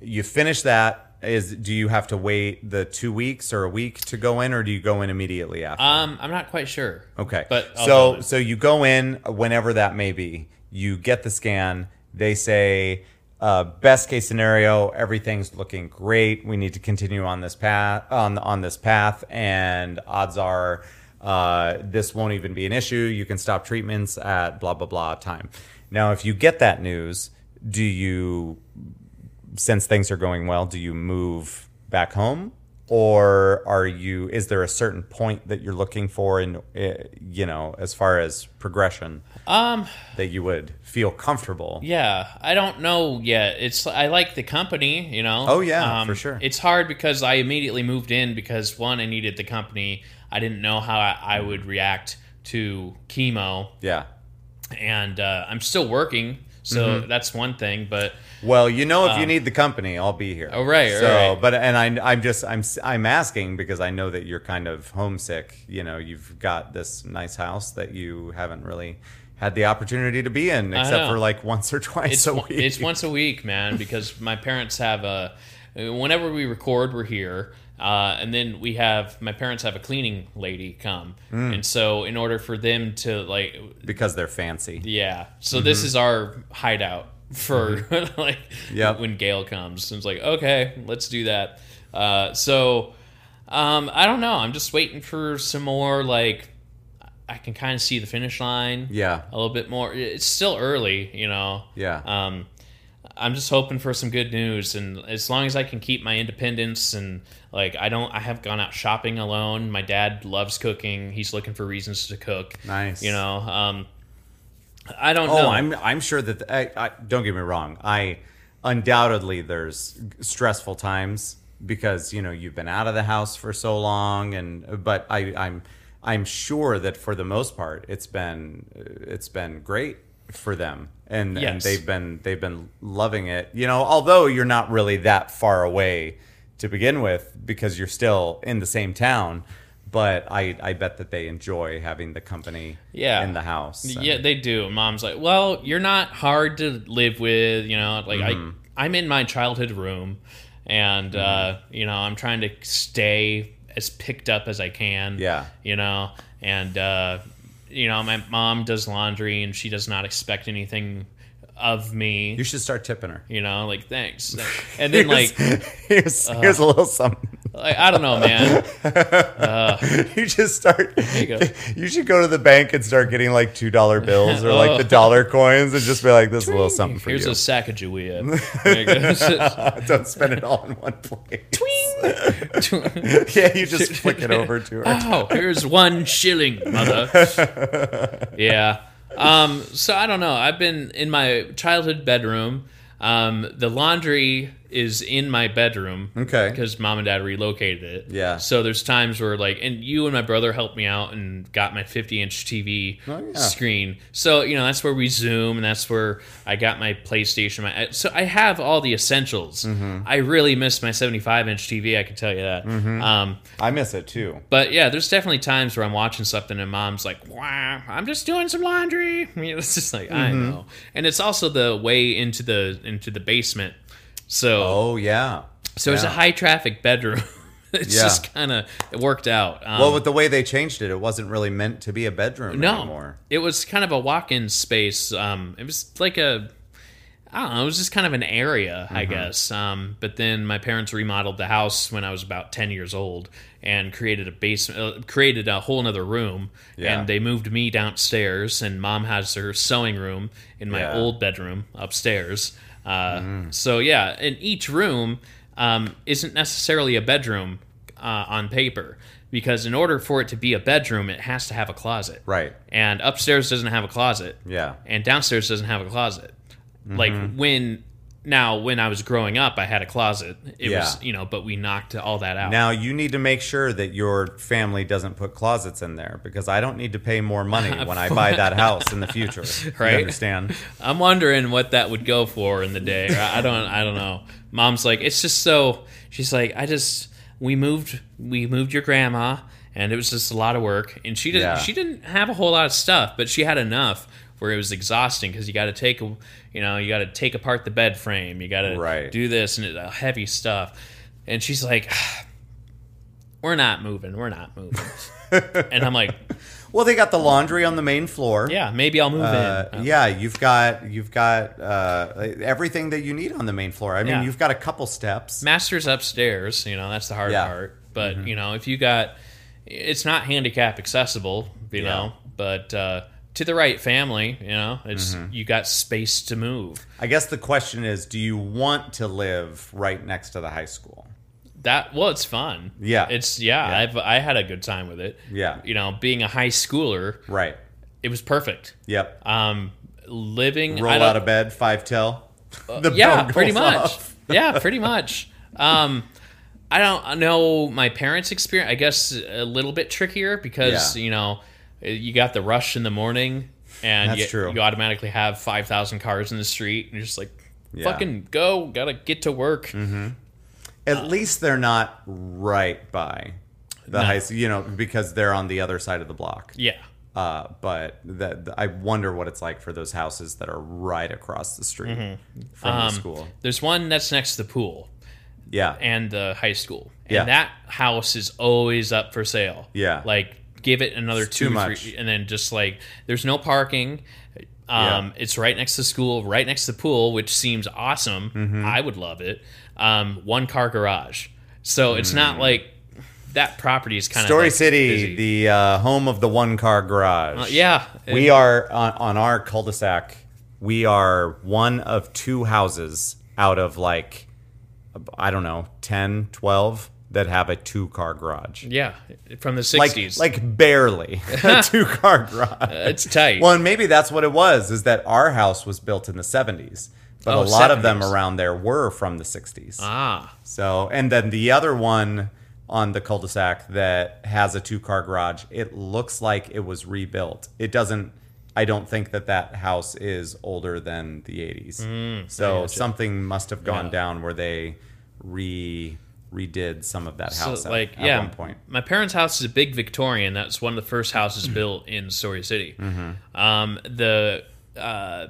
Speaker 2: You finish that. Is do you have to wait the two weeks or a week to go in, or do you go in immediately after?
Speaker 1: Um, I'm not quite sure.
Speaker 2: Okay.
Speaker 1: But I'll go
Speaker 2: so
Speaker 1: in.
Speaker 2: so you go in whenever that may be. You get the scan. They say uh, best case scenario, everything's looking great. We need to continue on this path on on this path, and odds are uh, this won't even be an issue. You can stop treatments at blah blah blah time. Now, if you get that news, do you since things are going well, do you move back home? Or are you? Is there a certain point that you're looking for, in uh, you know, as far as progression,
Speaker 1: Um,
Speaker 2: that you would feel comfortable?
Speaker 1: Yeah, I don't know yet. It's I like the company, you know. Um,
Speaker 2: Oh, yeah, for sure.
Speaker 1: It's hard because I immediately moved in because one, I needed the company. I didn't know how I, I would react to chemo,
Speaker 2: Yeah.
Speaker 1: and uh, I'm still working, so
Speaker 2: Mm-hmm.
Speaker 1: that's one thing. But
Speaker 2: Well, you know, if you need the company, I'll be here.
Speaker 1: um, Oh, right,
Speaker 2: So,
Speaker 1: right.
Speaker 2: but and I, I'm just I'm s- I'm asking because I know that you're kind of homesick. You know, you've got this nice house that you haven't really had the opportunity to be in, except
Speaker 1: know.
Speaker 2: for like once or twice
Speaker 1: it's
Speaker 2: a
Speaker 1: one-
Speaker 2: week.
Speaker 1: it's once a week, man, because my parents have a. Whenever we record, we're here, uh, and then we have my parents have a cleaning lady come,
Speaker 2: Mm.
Speaker 1: and so in order for them to like
Speaker 2: because they're fancy.
Speaker 1: Yeah. So
Speaker 2: Mm-hmm.
Speaker 1: this is our hideout for like
Speaker 2: Yep.
Speaker 1: when Gail comes. And it's like, okay, let's do that. Uh, so um, I don't know. I'm just waiting for some more like I can kind of see the finish line
Speaker 2: Yeah.
Speaker 1: a little bit more. It's still early, you know.
Speaker 2: Yeah.
Speaker 1: Um, I'm just hoping for some good news, and as long as I can keep my independence and like I don't, I have gone out shopping alone. My dad loves cooking; he's looking for reasons to cook.
Speaker 2: Nice.
Speaker 1: you know. Um, I don't
Speaker 2: Oh,
Speaker 1: know.
Speaker 2: I'm I'm sure that I, I, don't get me wrong. I undoubtedly there's stressful times because you know you've been out of the house for so long, and but I I'm I'm sure that for the most part it's been it's been great for them, and and
Speaker 1: Yes.
Speaker 2: they've been they've been loving it. You know, although you're not really that far away to begin with because you're still in the same town. But I, I bet that they enjoy having the company
Speaker 1: Yeah.
Speaker 2: in the house. and-
Speaker 1: Yeah, they do. Mom's like, well, you're not hard to live with, you know. Like
Speaker 2: Mm-hmm.
Speaker 1: I, I'm in my childhood room, and uh,
Speaker 2: Mm-hmm.
Speaker 1: you know, I'm trying to stay as picked up as I can.
Speaker 2: Yeah.
Speaker 1: you know, and uh, you know, my mom does laundry, and she does not expect anything of me.
Speaker 2: You should start tipping her.
Speaker 1: you know, like thanks, and then like, uh,
Speaker 2: here's here's a little something.
Speaker 1: like I don't know, man.
Speaker 2: you just start. You,
Speaker 1: you go.
Speaker 2: should go to the bank and start getting like two dollar bills or like
Speaker 1: Oh.
Speaker 2: the dollar coins and just be like, "This is a little something for
Speaker 1: Here's
Speaker 2: you."
Speaker 1: a sack of Jewia.
Speaker 2: Don't spend it all in one place. yeah, you just flick it over to her.
Speaker 1: Oh, here's one shilling, mother. yeah. Um, so I don't know. I've been in my childhood bedroom. Um, the laundry is in my bedroom.
Speaker 2: Okay.
Speaker 1: Because mom and dad relocated it.
Speaker 2: Yeah.
Speaker 1: So there's times where like, and you and my brother helped me out and got my 50 inch TV
Speaker 2: Oh, yeah.
Speaker 1: screen. So you know that's where we zoom, and that's where I got my PlayStation. My so I have all the essentials.
Speaker 2: Mm-hmm.
Speaker 1: I really miss my 75 inch TV. I can tell you that. Um,
Speaker 2: I miss it too.
Speaker 1: but yeah, there's definitely times where I'm watching something and mom's like, wow, I'm just doing some laundry. I mean, it's just like, I
Speaker 2: Mm-hmm.
Speaker 1: know. And it's also the way into the into the basement. So
Speaker 2: Oh yeah.
Speaker 1: so it's a
Speaker 2: yeah.
Speaker 1: high traffic bedroom. it's
Speaker 2: Yeah.
Speaker 1: just kind of it worked out. Um,
Speaker 2: Well, with the way they changed it, it wasn't really meant to be a bedroom
Speaker 1: no,
Speaker 2: anymore.
Speaker 1: it was kind of a walk-in space. Um, it was like a I don't know. It was just kind of an area, I
Speaker 2: Mm-hmm.
Speaker 1: guess. Um, but then my parents remodeled the house when I was about ten years old and created a basement, uh, created a whole another room.
Speaker 2: Yeah.
Speaker 1: And they moved me downstairs, and mom has her sewing room in my
Speaker 2: Yeah. Mm.
Speaker 1: old bedroom upstairs. Uh, So yeah, and each room um, isn't necessarily a bedroom uh, on paper because in order for it to be a bedroom, it has to have a closet.
Speaker 2: Right.
Speaker 1: And upstairs doesn't have a closet
Speaker 2: Yeah. Mm-hmm.
Speaker 1: and downstairs doesn't have a closet. Like when Now, when I was growing up, I had a closet. It
Speaker 2: Yeah.
Speaker 1: was, you know, but we knocked all that out.
Speaker 2: Now you need to make sure that your family doesn't put closets in there because I don't need to pay more money when I buy that house in the future.
Speaker 1: Right.
Speaker 2: You understand?
Speaker 1: I'm wondering what that would go for in the day. I I don't. I don't know. Mom's like, it's just so. She's like, I just we moved we moved your grandma, and it was just a lot of work. And she didn't
Speaker 2: Yeah.
Speaker 1: she didn't have a whole lot of stuff, but she had enough where it was exhausting because you got to take a you know you got to take apart the bed frame, you got to
Speaker 2: Right.
Speaker 1: do this and it, uh, heavy stuff. And she's like, we're not moving, we're not moving. and I'm like,
Speaker 2: Well, they got the laundry on the main floor.
Speaker 1: yeah, maybe I'll move
Speaker 2: Uh,
Speaker 1: in.
Speaker 2: yeah, you've got you've got uh, everything that you need on the main floor. I mean,
Speaker 1: Yeah.
Speaker 2: you've got a couple steps.
Speaker 1: Masters upstairs, you know, that's the hard
Speaker 2: Yeah.
Speaker 1: part. But, you know, if you got it's not handicap accessible, you
Speaker 2: Yeah.
Speaker 1: know, but uh to the right family, you know, it's you got space to move.
Speaker 2: I guess the question is, do you want to live right next to the high school?
Speaker 1: That well, it's fun.
Speaker 2: Yeah.
Speaker 1: It's yeah,
Speaker 2: Yeah.
Speaker 1: I've I had a good time with it.
Speaker 2: Yeah.
Speaker 1: You know, being a high schooler,
Speaker 2: Right.
Speaker 1: it was perfect.
Speaker 2: Yep.
Speaker 1: Um living I
Speaker 2: Roll
Speaker 1: don't- Uh,
Speaker 2: out of bed, five till. the
Speaker 1: yeah,
Speaker 2: bell
Speaker 1: pretty
Speaker 2: goes
Speaker 1: much.
Speaker 2: off.
Speaker 1: yeah, pretty much. Um, I don't know my parents' experience. I guess a little bit trickier because
Speaker 2: Yeah.
Speaker 1: you know you got the rush in the morning, and
Speaker 2: That's
Speaker 1: you,
Speaker 2: true.
Speaker 1: you automatically have five thousand cars in the street, and you're just like,
Speaker 2: Yeah. Mm-hmm.
Speaker 1: "Fucking go! Gotta get to work."
Speaker 2: At least they're not right by the high school, you know, because they're on the other side of the block.
Speaker 1: Yeah,
Speaker 2: Uh, but that I wonder what it's like for those houses that are right across the street
Speaker 1: Mm-hmm.
Speaker 2: from the school.
Speaker 1: there's one that's next to the pool
Speaker 2: Yeah.
Speaker 1: Um, and the high school, and
Speaker 2: Yeah.
Speaker 1: that house is always up for sale.
Speaker 2: Yeah.
Speaker 1: like give it another
Speaker 2: It's
Speaker 1: two,
Speaker 2: too
Speaker 1: three-
Speaker 2: much.
Speaker 1: and then just like there's no parking. Um, It's right next to school, right next to the pool, which seems awesome.
Speaker 2: Mm-hmm.
Speaker 1: I would love it. Um, one car garage, so it's not like that property is kind of
Speaker 2: Mm. Story
Speaker 1: like
Speaker 2: City,
Speaker 1: busy.
Speaker 2: the uh, home of the one car garage.
Speaker 1: Uh, yeah,
Speaker 2: We are on, on our cul de sac, we are one of two houses out of like, I don't know, 10, 12 that have a two car garage.
Speaker 1: yeah from the
Speaker 2: like
Speaker 1: '60s.
Speaker 2: like barely a two car garage.
Speaker 1: it's tight.
Speaker 2: Well, and maybe that's what it was is that our house was built in the 70s, but
Speaker 1: Oh,
Speaker 2: a lot of them
Speaker 1: 70s.
Speaker 2: around there were from the 60s.
Speaker 1: ah,
Speaker 2: So, and then the other one on the cul-de-sac that has a two-car garage, it looks like it was rebuilt. It doesn't I don't think that that house is older than the 80s. so something must have
Speaker 1: Hmm,
Speaker 2: gone
Speaker 1: Yeah.
Speaker 2: down where they re redid some of that
Speaker 1: So,
Speaker 2: house at,
Speaker 1: like
Speaker 2: at
Speaker 1: yeah,
Speaker 2: one point. Mm-hmm.
Speaker 1: my parents' house is a big Victorian. That's one of the first houses built in Story City. Um, the uh,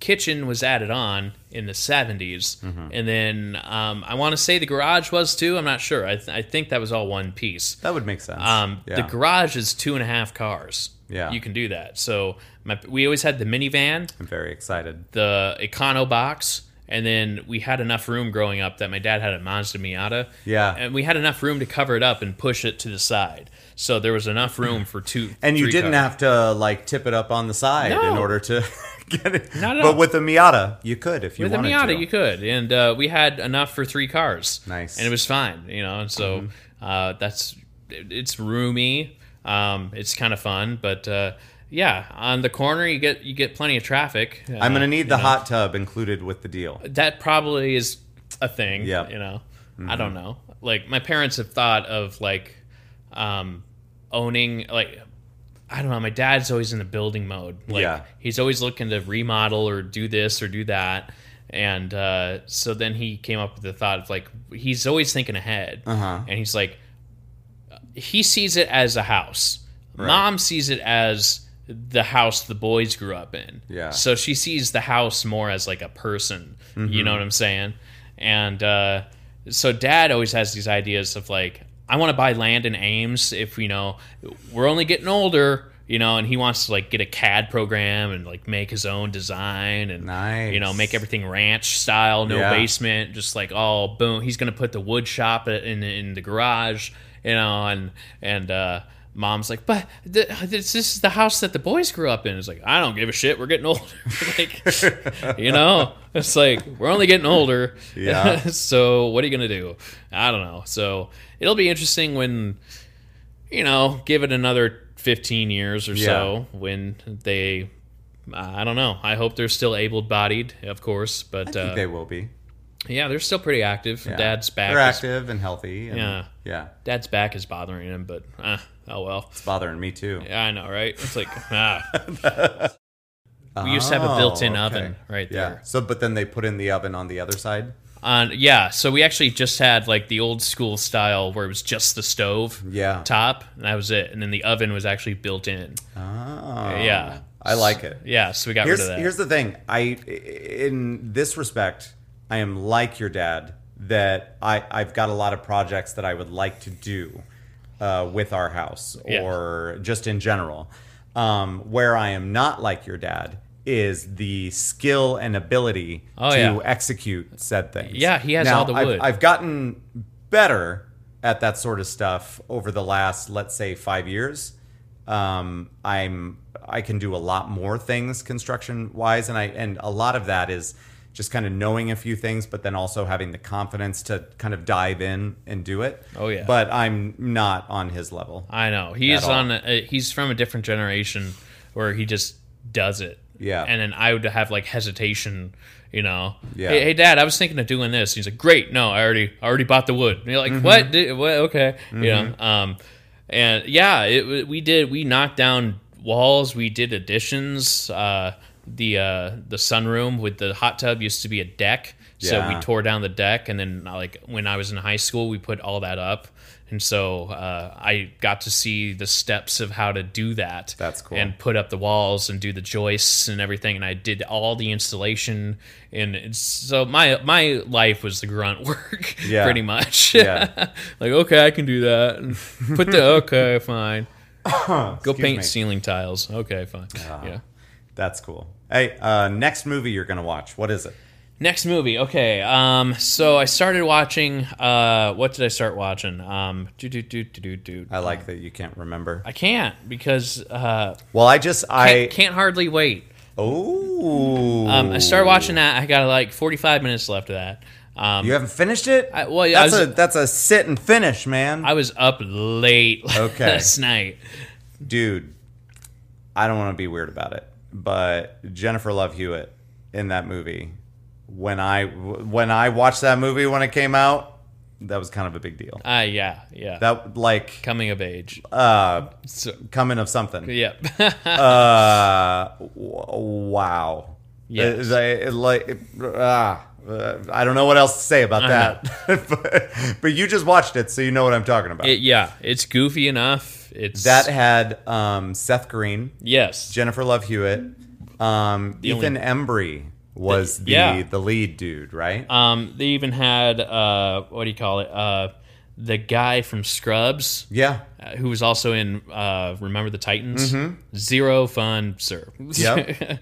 Speaker 1: kitchen was added on in the 70s,
Speaker 2: Mm-hmm.
Speaker 1: and then um, I want to say the garage was too. I'm not sure. I, th- I think that was all one piece.
Speaker 2: That would make sense.
Speaker 1: Um,
Speaker 2: yeah.
Speaker 1: The garage is two and a half cars.
Speaker 2: Yeah.
Speaker 1: you can do that. So my, we always had the minivan,
Speaker 2: I'm very excited.
Speaker 1: the Econo box, and then we had enough room growing up that my dad had a Mazda Miata.
Speaker 2: Yeah.
Speaker 1: and we had enough room to cover it up and push it to the side, so there was enough room for two.
Speaker 2: And you
Speaker 1: three
Speaker 2: didn't
Speaker 1: cars.
Speaker 2: have to like tip it up on the side in
Speaker 1: No.
Speaker 2: order to get it.
Speaker 1: Not at
Speaker 2: but
Speaker 1: all.
Speaker 2: with the Miata, you could if you
Speaker 1: with a
Speaker 2: wanted
Speaker 1: Miata,
Speaker 2: to.
Speaker 1: you could, and uh, we had enough for three cars.
Speaker 2: Nice. Mm-hmm.
Speaker 1: and it was fine, you know. And so uh, that's it- it's roomy. Um, it's kind of fun, but uh, yeah, on the corner you get you get plenty of traffic. Uh,
Speaker 2: I'm gonna need the
Speaker 1: you know.
Speaker 2: hot tub included with the deal.
Speaker 1: that probably is a thing.
Speaker 2: Yeah. Mm-hmm.
Speaker 1: You know, I don't know. Like my parents have thought of like um, owning like I don't know. My dad's always in the building mode. Like
Speaker 2: Yeah.
Speaker 1: he's always looking to remodel or do this or do that. And uh, so then he came up with the thought of like he's always thinking ahead,
Speaker 2: Uh-huh.
Speaker 1: and he's like he sees it as a house. Mom sees it as the house the boys grew up in.
Speaker 2: Yeah.
Speaker 1: So she sees the house more as like a person.
Speaker 2: Mm-hmm.
Speaker 1: You know what I'm saying? And uh, so dad always has these ideas of like, I want to buy land in Ames if you know we're only getting older. You know, and he wants to like get a CAD program and like make his own design and you know
Speaker 2: Nice.
Speaker 1: make everything ranch style, no
Speaker 2: Yeah.
Speaker 1: basement, just like all boom. He's gonna put the wood shop in in the garage, you know, and and uh, mom's like, but th- this, this is the house that the boys grew up in. It's like I don't give a shit. We're getting older, like you know, it's like we're only getting older.
Speaker 2: Yeah.
Speaker 1: so what are you gonna do? I don't know. So it'll be interesting when you know, give it another 15 years or so when they I don't know. I hope they're still able-bodied, of course, but
Speaker 2: I think
Speaker 1: uh,
Speaker 2: they will be.
Speaker 1: yeah, they're still pretty active.
Speaker 2: Yeah.
Speaker 1: Dad's back.
Speaker 2: They're
Speaker 1: is-
Speaker 2: active and healthy. and-
Speaker 1: Yeah.
Speaker 2: Yeah.
Speaker 1: Dad's back is bothering him, but uh, oh well.
Speaker 2: It's bothering me too.
Speaker 1: Yeah, I know, right? It's like ah, we used to have a built-in
Speaker 2: Oh, okay.
Speaker 1: oven right
Speaker 2: Yeah.
Speaker 1: there.
Speaker 2: So, but then they put in the oven on the other side.
Speaker 1: On yeah, so we actually just had like the old school style where it was just the stove
Speaker 2: Yeah.
Speaker 1: top, and that was it, and then the oven was actually built in.
Speaker 2: Oh.
Speaker 1: Yeah.
Speaker 2: I like it.
Speaker 1: Yeah, so we got
Speaker 2: Here's
Speaker 1: rid of that.
Speaker 2: here's the thing. I in this respect, I am like your dad. That I I've got a lot of projects that I would like to do uh, with our house
Speaker 1: Yeah.
Speaker 2: or just in general. Um, where I am not like your dad is the skill and ability
Speaker 1: Oh,
Speaker 2: to
Speaker 1: yeah.
Speaker 2: execute said things.
Speaker 1: Yeah, he has
Speaker 2: Now,
Speaker 1: all the
Speaker 2: I've-
Speaker 1: wood.
Speaker 2: I've gotten better at that sort of stuff over the last, let's say, five years. Um, I'm I can do a lot more things construction wise, and I and a lot of that is just kind of knowing a few things, but then also having the confidence to kind of dive in and do it.
Speaker 1: Oh, yeah.
Speaker 2: But I'm not on his level.
Speaker 1: I know he is
Speaker 2: all.
Speaker 1: on. A, he's from a different generation where he just does it.
Speaker 2: Yeah.
Speaker 1: And then I would have like hesitation, you know.
Speaker 2: Yeah.
Speaker 1: Hey, hey, Dad, I was thinking of doing this. He's like, Great, no, I already, I already bought the wood. And you're
Speaker 2: Mm-hmm.
Speaker 1: like, What? Did, what? Okay. You know. Um, and yeah, it, we did. We knocked down walls. We did additions. Uh, the uh, the sunroom with the hot tub used to be a deck. So
Speaker 2: Yeah.
Speaker 1: we tore down the deck, and then like when I was in high school, we put all that up, and so uh, I got to see the steps of how to do that.
Speaker 2: That's cool.
Speaker 1: And put up the walls and do the joists and everything, and I did all the installation, and it's, so my my life was the grunt work,
Speaker 2: Yeah.
Speaker 1: pretty much.
Speaker 2: Yeah.
Speaker 1: like okay, I can do that. And Put the okay, fine. Go
Speaker 2: Excuse
Speaker 1: paint
Speaker 2: me. Ah.
Speaker 1: ceiling tiles. Okay, fine. yeah.
Speaker 2: That's cool. Hey, uh, next movie you're gonna watch? What is it?
Speaker 1: Next movie, okay. Um, so I started watching. Uh, what did I start watching? Um, do do do do do do.
Speaker 2: I like that you can't remember.
Speaker 1: I can't because uh,
Speaker 2: Well, I just
Speaker 1: I
Speaker 2: I
Speaker 1: can't hardly wait.
Speaker 2: oh
Speaker 1: Um, I started watching that. I got like forty five minutes left of that. Um,
Speaker 2: You haven't finished it?
Speaker 1: I- well, yeah, I
Speaker 2: that's
Speaker 1: was-
Speaker 2: a that's a sit and finish, man.
Speaker 1: I was up late
Speaker 2: Okay.
Speaker 1: last night.
Speaker 2: Dude, I don't want to be weird about it, but Jennifer Love Hewitt in that movie, when I when I watched that movie when it came out, that was kind of a big deal.
Speaker 1: Ah, yeah, yeah.
Speaker 2: That like
Speaker 1: Coming of age.
Speaker 2: uh
Speaker 1: So,
Speaker 2: coming of something.
Speaker 1: yep.
Speaker 2: Uh w- wow.
Speaker 1: Yes.
Speaker 2: It- it- it like it- ah, uh, I don't know what else to say about that. but, but you just watched it, so you know what I'm talking about.
Speaker 1: It- yeah, it's goofy enough. It's
Speaker 2: That had um, Seth Green,
Speaker 1: yes.
Speaker 2: Jennifer Love Hewitt, um,
Speaker 1: only-
Speaker 2: Ethan Embry was the the,
Speaker 1: yeah.
Speaker 2: lead dude, right?
Speaker 1: Um, they even had uh, what do you call it? Uh, the guy from Scrubs,
Speaker 2: yeah,
Speaker 1: uh, who was also in uh, Remember the Titans. Zero fun, sir.
Speaker 2: Mm-hmm. Yep.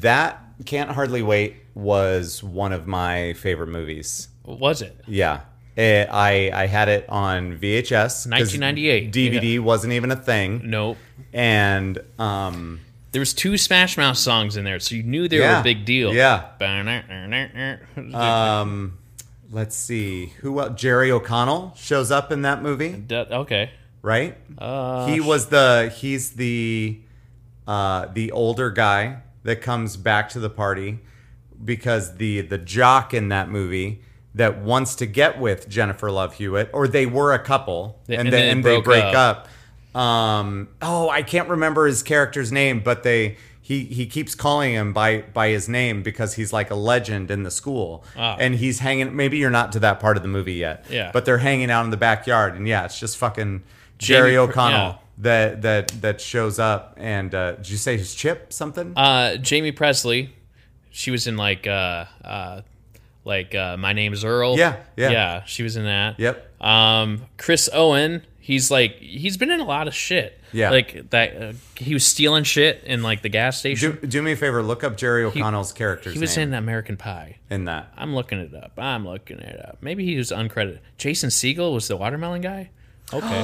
Speaker 2: that can't hardly wait was one of my favorite movies.
Speaker 1: What was it?
Speaker 2: Yeah. Eh, I I had it on VHS. 'cause
Speaker 1: 1998,
Speaker 2: DVD wasn't even a thing,
Speaker 1: Nope.
Speaker 2: and um,
Speaker 1: There was two Smash Mouth songs in there, so you knew they were
Speaker 2: Yeah.
Speaker 1: a big deal.
Speaker 2: Yeah.
Speaker 1: Uh,
Speaker 2: um, let's see who el Jerry O'Connell shows up in that movie,
Speaker 1: okay.
Speaker 2: right?
Speaker 1: Uh,
Speaker 2: he was the he's the uh the older guy that comes back to the party because the the jock in that movie that wants to get with Jennifer Love Hewitt or they were a couple
Speaker 1: They-
Speaker 2: and,
Speaker 1: and
Speaker 2: then
Speaker 1: they
Speaker 2: and they
Speaker 1: broke
Speaker 2: break up. um oh I can't remember his character's name but they he, he keeps calling him by by his name because he's like a legend in the school
Speaker 1: Ah.
Speaker 2: and he's hanging maybe you're not to that part of the movie yet
Speaker 1: Yeah.
Speaker 2: but they're hanging out in the backyard and yeah it's just fucking Jerry
Speaker 1: Jamie Cr-
Speaker 2: O'Connell
Speaker 1: yeah.
Speaker 2: that that that shows up and uh, did you say his chip something?
Speaker 1: uh, Jamie Presley. She was in like uh, uh, like uh, My Name Is Earl.
Speaker 2: Yeah, yeah.
Speaker 1: yeah. She was in that.
Speaker 2: yep.
Speaker 1: Um, Chris Owen, he's like he's been in a lot of shit.
Speaker 2: Yeah.
Speaker 1: like that. Uh, he was stealing shit in like the gas station.
Speaker 2: Do, do me a favor, look up Jerry O'Connell's character's
Speaker 1: he was
Speaker 2: name
Speaker 1: in American Pie.
Speaker 2: in, that.
Speaker 1: I'm looking it up. I'm looking it up. Maybe he was uncredited. Jason Siegel was the watermelon guy. Okay,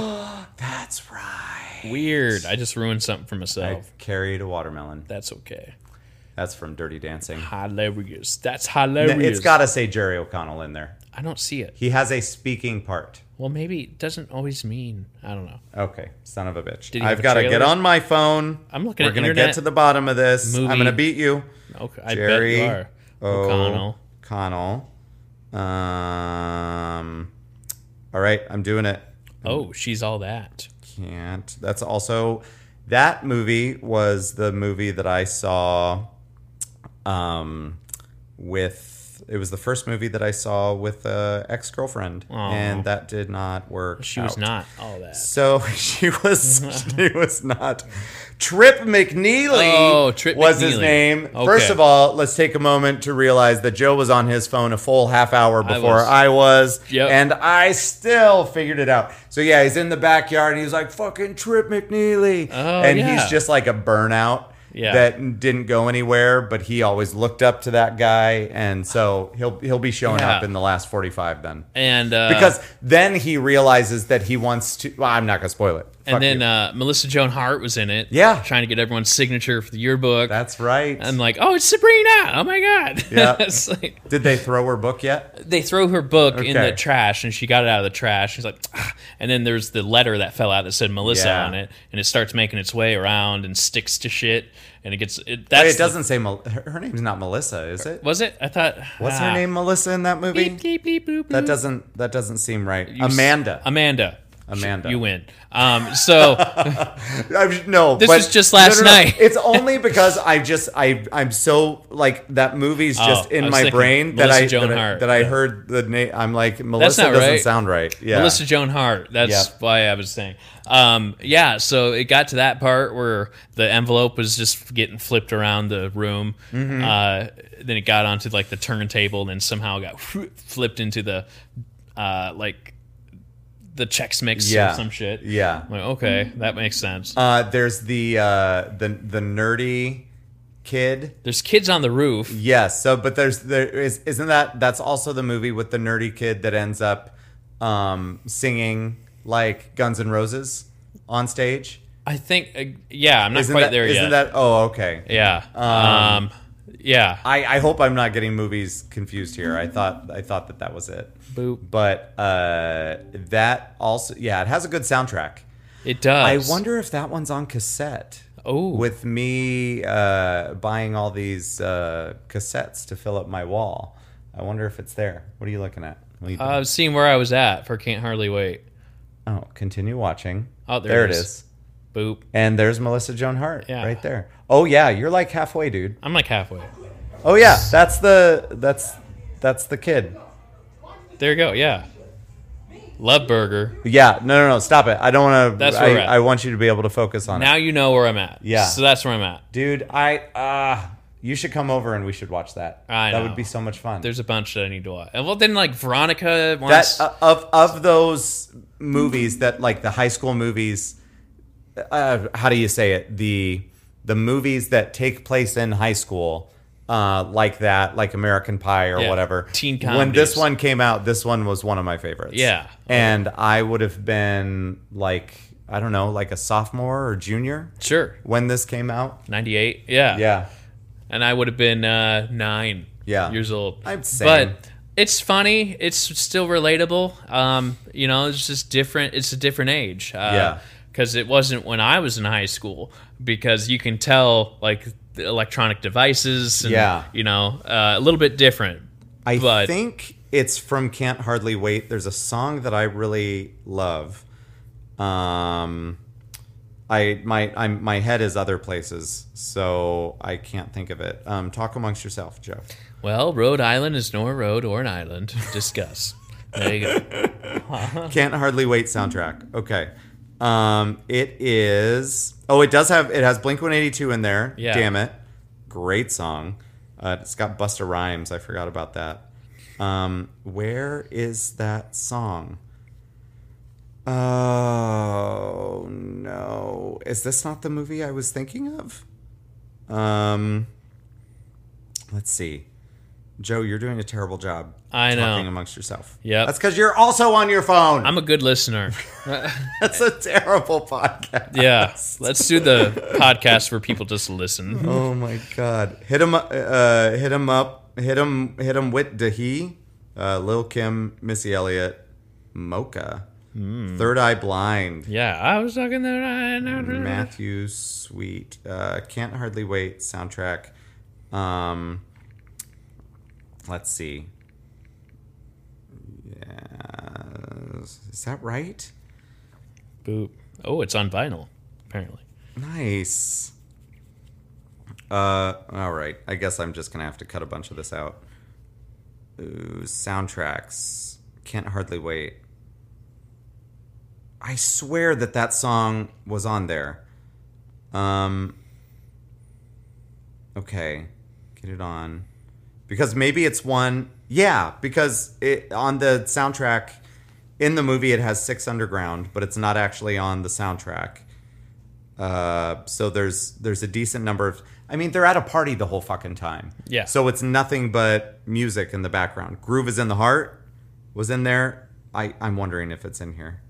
Speaker 2: That's right.
Speaker 1: weird. I just ruined something for myself.
Speaker 2: I carried a watermelon.
Speaker 1: That's okay.
Speaker 2: That's from Dirty Dancing.
Speaker 1: Hilarious. That's
Speaker 2: It's
Speaker 1: hilarious.
Speaker 2: got to say Jerry O'Connell in there.
Speaker 1: I don't see it.
Speaker 2: He has a speaking part.
Speaker 1: Well, maybe it doesn't always mean. I don't know.
Speaker 2: Okay, son of a bitch.
Speaker 1: Did he have
Speaker 2: I've
Speaker 1: a
Speaker 2: got to get
Speaker 1: trailer?
Speaker 2: on my phone.
Speaker 1: I'm looking
Speaker 2: We're
Speaker 1: at
Speaker 2: gonna
Speaker 1: internet
Speaker 2: get to the bottom of this.
Speaker 1: movie-
Speaker 2: I'm gonna beat you,
Speaker 1: Okay, I
Speaker 2: Jerry
Speaker 1: bet you are. O'Connell.
Speaker 2: Connell. Um. All right, I'm doing it.
Speaker 1: Oh, she's all that.
Speaker 2: Can't. That's also that movie was the movie that I saw. Um, with it was the first movie that I saw with a ex girlfriend,
Speaker 1: Aw.
Speaker 2: and that did not work.
Speaker 1: She was
Speaker 2: out.
Speaker 1: not all that.
Speaker 2: So she was she was not. Trip McNeely
Speaker 1: Oh, Trip
Speaker 2: was his
Speaker 1: McNeely.
Speaker 2: name.
Speaker 1: Okay.
Speaker 2: First of all, let's take a moment to realize that Joe was on his phone a full half hour before
Speaker 1: was.
Speaker 2: I was,
Speaker 1: Yep.
Speaker 2: and I still figured it out. So yeah, he's in the backyard and he's like fucking Trip McNeely,
Speaker 1: Oh,
Speaker 2: and
Speaker 1: yeah.
Speaker 2: he's just like a burnout.
Speaker 1: Yeah.
Speaker 2: That didn't go anywhere, but he always looked up to that guy, and so he'll he'll be showing
Speaker 1: Yeah.
Speaker 2: up in the last forty five then
Speaker 1: And uh,
Speaker 2: because then he realizes that he wants to. Well, I'm not gonna spoil it. Fuck
Speaker 1: and then
Speaker 2: you.
Speaker 1: uh, Melissa Joan Hart was in it.
Speaker 2: Yeah.
Speaker 1: trying to get everyone's signature for the yearbook.
Speaker 2: that's right.
Speaker 1: and like, oh, it's Sabrina! Oh my god!
Speaker 2: Yeah.
Speaker 1: It's like-
Speaker 2: Did they throw her book yet?
Speaker 1: they throw her book in
Speaker 2: Okay.
Speaker 1: the trash, and she got it out of the trash. She's like, "Ah." and then there's the letter that fell out that said Melissa
Speaker 2: Yeah.
Speaker 1: on it, and it starts making its way around and sticks to shit, and it gets. It,
Speaker 2: Wait,
Speaker 1: that's
Speaker 2: it doesn't say Mel- her, her name's not Melissa, is it?
Speaker 1: The, was it? I thought.
Speaker 2: What's
Speaker 1: ah.
Speaker 2: her name? Melissa in that movie?
Speaker 1: Beep, beep, beep, boop,
Speaker 2: That
Speaker 1: boop.
Speaker 2: doesn't that doesn't seem right.
Speaker 1: You s-
Speaker 2: Amanda.
Speaker 1: Amanda.
Speaker 2: Amanda.
Speaker 1: You win. Um, so
Speaker 2: I, no,
Speaker 1: This
Speaker 2: but-
Speaker 1: was just last night.
Speaker 2: It's only because I just I I'm so like that movie's just
Speaker 1: Oh, I
Speaker 2: in
Speaker 1: was
Speaker 2: my
Speaker 1: thinking
Speaker 2: brain that
Speaker 1: Melissa
Speaker 2: I,
Speaker 1: Joan
Speaker 2: that I
Speaker 1: Hart.
Speaker 2: that I heard the name. I'm like Melissa
Speaker 1: not
Speaker 2: doesn't
Speaker 1: right.
Speaker 2: sound right. Yeah,
Speaker 1: Melissa Joan Hart. That's
Speaker 2: Yeah.
Speaker 1: why I was saying. Um, yeah. So it got to that part where the envelope was just getting flipped around the room.
Speaker 2: Mm-hmm.
Speaker 1: Uh, then it got onto like the turntable, and then somehow got flipped into the uh, like the checks mix
Speaker 2: Yeah.
Speaker 1: or some shit.
Speaker 2: yeah.
Speaker 1: I'm like, okay, that makes sense.
Speaker 2: Uh, there's the uh, the the nerdy kid.
Speaker 1: There's kids on the roof.
Speaker 2: Yes. So, but there's there is isn't that that's also the movie with the nerdy kid that ends up um, singing like Guns N' Roses on stage.
Speaker 1: I think. Uh, yeah, I'm not
Speaker 2: Isn't
Speaker 1: quite
Speaker 2: that,
Speaker 1: there
Speaker 2: isn't
Speaker 1: yet.
Speaker 2: that? Oh, okay.
Speaker 1: yeah.
Speaker 2: Um,
Speaker 1: um yeah.
Speaker 2: I, I hope I'm not getting movies confused here. I thought I thought that that was it.
Speaker 1: Boop.
Speaker 2: But uh, that also yeah, it has a good soundtrack.
Speaker 1: It
Speaker 2: I
Speaker 1: does.
Speaker 2: wonder if that one's on cassette.
Speaker 1: Oh,
Speaker 2: with me uh, buying all these uh, cassettes to fill up my wall. I wonder if it's there. What are you looking at? What are you
Speaker 1: I've seen where I was at for Can't Hardly Wait.
Speaker 2: doing? oh, continue watching.
Speaker 1: Oh, there it is. Boop.
Speaker 2: And there's Melissa Joan Hart
Speaker 1: Yeah.
Speaker 2: right there. Oh yeah, you're like halfway, dude.
Speaker 1: I'm like halfway.
Speaker 2: Oh yeah, that's the that's that's the kid.
Speaker 1: There you go. Yeah. Love Burger.
Speaker 2: Yeah, no, no, no, stop it. I don't want to.
Speaker 1: That's where
Speaker 2: I,
Speaker 1: we're at.
Speaker 2: I want you to be able to focus on it,
Speaker 1: Now you know where I'm at.
Speaker 2: Yeah.
Speaker 1: So that's where I'm at.
Speaker 2: dude. I ah, you should come over and we should watch that.
Speaker 1: I
Speaker 2: that
Speaker 1: know.
Speaker 2: would be so much fun.
Speaker 1: There's a bunch that I need to watch. And well, then like Veronica
Speaker 2: that
Speaker 1: wants.
Speaker 2: uh, of of those movies that like the high school movies uh, how do you say it the the movies that take place in high school uh, like that like American Pie or
Speaker 1: Yeah,
Speaker 2: whatever
Speaker 1: teen
Speaker 2: when this
Speaker 1: comedies.
Speaker 2: one came out this one was one of my favorites
Speaker 1: Yeah.
Speaker 2: and I would have been like I don't know like a sophomore or junior
Speaker 1: sure.
Speaker 2: when this came out
Speaker 1: 98. Yeah.
Speaker 2: yeah
Speaker 1: And I would have been uh, nine.
Speaker 2: Yeah.
Speaker 1: Years old.
Speaker 2: I'm same.
Speaker 1: But it's funny. It's still relatable. Um, you know, it's just different. It's a different age. Uh,
Speaker 2: Yeah.
Speaker 1: Because it wasn't when I was in high school. Because you can tell like the electronic devices. And,
Speaker 2: Yeah.
Speaker 1: You know, uh, a little bit different.
Speaker 2: I
Speaker 1: But-
Speaker 2: think it's from Can't Hardly Wait. There's a song that I really love. Um, I my I'm, my head is other places, so I can't think of it. Um, talk amongst yourself, Joe.
Speaker 1: Well, Rhode Island is nor a road or an island. Discuss. there you go.
Speaker 2: Can't Hardly Wait soundtrack. Okay. Um, it is. Oh, it does have. It has Blink 182 in there.
Speaker 1: Yeah.
Speaker 2: Damn it. Great song. Uh, it's got Busta Rhymes. I forgot about that. Um, where is that song? Oh no! Is this not the movie I was thinking of? Um, let's see. Joe, you're doing a terrible job.
Speaker 1: I know.
Speaker 2: Talking amongst yourself.
Speaker 1: Yep.
Speaker 2: That's because you're also on your phone.
Speaker 1: I'm a good listener.
Speaker 2: That's a terrible podcast.
Speaker 1: Yeah. Let's do the podcast where people just listen.
Speaker 2: Oh my god. Hit him. Uh, hit him up. Hit him. Hit him with the he. uh, Lil Kim, Missy Elliott, Mocha,
Speaker 1: Hmm.
Speaker 2: Third Eye Blind,
Speaker 1: Yeah, I was talking that.
Speaker 2: Matthew Sweet, uh, Can't Hardly Wait soundtrack. Um, let's see. Yeah, is that right?
Speaker 1: Boop. Oh, it's on vinyl, apparently.
Speaker 2: Nice. Uh, all right. I guess I'm just gonna have to cut a bunch of this out. Ooh, soundtracks. Can't hardly wait. I swear that that song was on there. Um. Okay, get it on, because maybe it's one. Yeah, because it on the soundtrack. In the movie, it has Six Underground, but it's not actually on the soundtrack. Uh, so there's there's a decent number of I mean they're at a party the whole fucking time.
Speaker 1: Yeah.
Speaker 2: So it's nothing but music in the background. Groove is in the heart was in there. I I'm wondering if it's in here.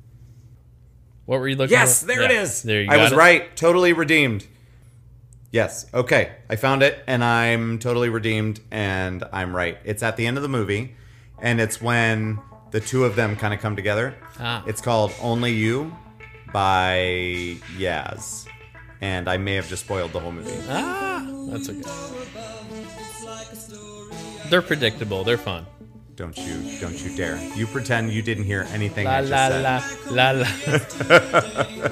Speaker 1: What were you looking?
Speaker 2: Yes,
Speaker 1: for?
Speaker 2: there it
Speaker 1: Yeah,
Speaker 2: is.
Speaker 1: There you
Speaker 2: I
Speaker 1: got
Speaker 2: was
Speaker 1: it.
Speaker 2: right. Totally redeemed. Yes. Okay. I found it and I'm totally redeemed and I'm right. It's at the end of the movie and it's when the two of them kind of come together.
Speaker 1: Ah.
Speaker 2: It's called Only You by Yaz. And I may have just spoiled the whole movie.
Speaker 1: Ah, that's okay. They're predictable. They're fun.
Speaker 2: Don't you don't you dare. You pretend you didn't hear anything
Speaker 1: La
Speaker 2: I just
Speaker 1: la
Speaker 2: said.
Speaker 1: la la la.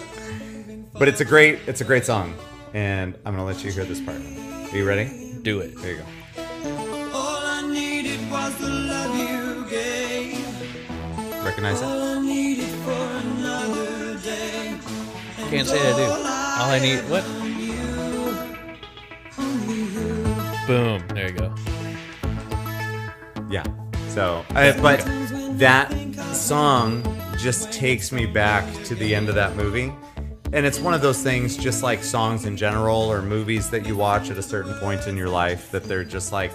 Speaker 2: But it's a great it's a great song. And I'm gonna let you hear this part. Are you ready?
Speaker 1: Do it.
Speaker 2: Here you go.
Speaker 3: All I needed was the love you gave.
Speaker 2: Recognize it?
Speaker 3: All I needed for another day.
Speaker 1: Can't say I do. All I need. What? Boom. There you go.
Speaker 2: Yeah. So, uh, but that song just takes me back to the end of that movie. And it's one of those things, just like songs in general or movies that you watch at a certain point in your life, that they're just like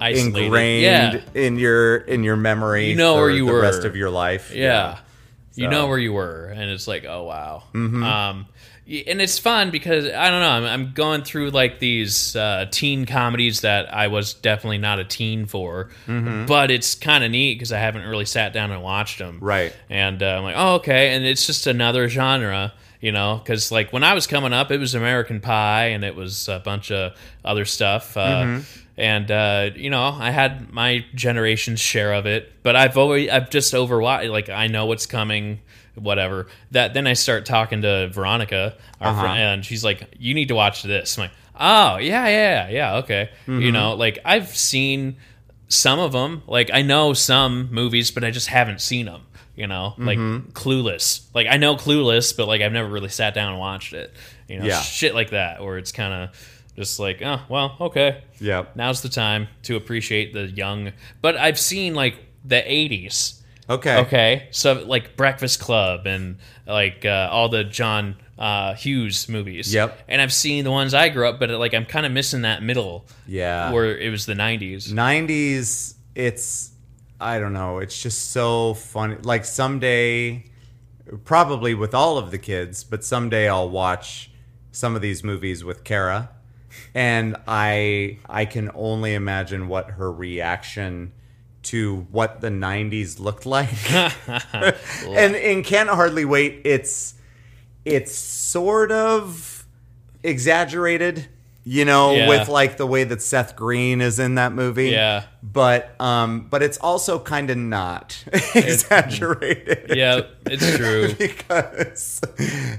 Speaker 1: Isolated.
Speaker 2: ingrained
Speaker 1: Yeah.
Speaker 2: in your in your memory.
Speaker 1: You know
Speaker 2: for
Speaker 1: where you
Speaker 2: the
Speaker 1: were.
Speaker 2: rest of your life.
Speaker 1: Yeah. You
Speaker 2: So- Mm-hmm.
Speaker 1: know where you were, and it's like, oh wow. Um, y- and it's fun because I don't know. I'm, I'm going through like these uh, teen comedies that I was definitely not a teen for, but it's kind of neat because I haven't really sat down and watched them.
Speaker 2: Mm-hmm. Right.
Speaker 1: And uh, I'm like, oh okay. And it's just another genre. You know, because like when I was coming up, it was American Pie and it was a bunch of other stuff. Uh, And uh, you know, I had my generation's share of it, but I've always I've just overwatched. Like I know what's coming, whatever. That then I start talking to Veronica, our friend, and she's like, "You need to watch this." I'm like, "Oh yeah, yeah, yeah, okay." You know, like I've seen some of them. Like I know some movies, but I just haven't seen them. You know, like
Speaker 2: Mm-hmm.
Speaker 1: Clueless. Like I know Clueless, but like I've never really sat down and watched it. You know,
Speaker 2: Yeah.
Speaker 1: shit like that, where it's kind of just like, oh well, okay.
Speaker 2: Yep.
Speaker 1: Now's the time to appreciate the young. But I've seen like the '80s.
Speaker 2: Okay.
Speaker 1: Okay, so like Breakfast Club and like uh, all the John uh, Hughes movies.
Speaker 2: Yep.
Speaker 1: And I've seen the ones I grew up, but like I'm kind of missing that middle.
Speaker 2: Yeah.
Speaker 1: Where it was the '90s.
Speaker 2: 90s it's i don't know it's just so funny like someday probably with all of the kids but someday i'll watch some of these movies with kara and i i can only imagine what her reaction to what the 90s looked like and in can't hardly wait it's it's sort of exaggerated you know
Speaker 1: Yeah.
Speaker 2: with like the way that seth green is in that movie
Speaker 1: Yeah.
Speaker 2: but um but it's also kind of not exaggerated
Speaker 1: yeah, it's true.
Speaker 2: because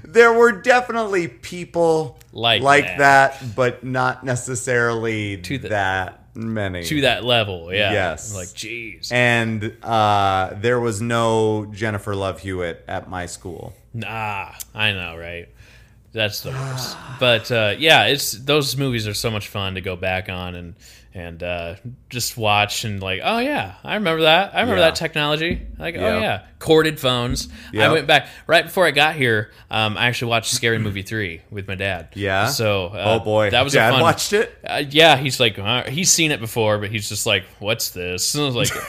Speaker 2: there were definitely people
Speaker 1: Like
Speaker 2: that. but not necessarily
Speaker 1: the-
Speaker 2: that many
Speaker 1: to that level. Yeah.
Speaker 2: Yes.
Speaker 1: Like, jeez.
Speaker 2: and uh, there was no Jennifer Love Hewitt at my school.
Speaker 1: Nah, I know, right? That's the worst. but uh, yeah, it's those movies are so much fun to go back on and and uh, just watch and like, oh yeah, I remember that. I remember
Speaker 2: Yeah.
Speaker 1: that technology. Like, oh
Speaker 2: Yep.
Speaker 1: yeah, corded phones. I
Speaker 2: Yep.
Speaker 1: went back right before I got here. Um, I actually watched Scary Movie three with my dad.
Speaker 2: Yeah.
Speaker 1: So uh,
Speaker 2: Oh boy,
Speaker 1: that was
Speaker 2: Dad
Speaker 1: a fun.
Speaker 2: watched it.
Speaker 1: Uh, yeah, he's like uh, he's seen it before, but he's just like, "What's this?" And I was like,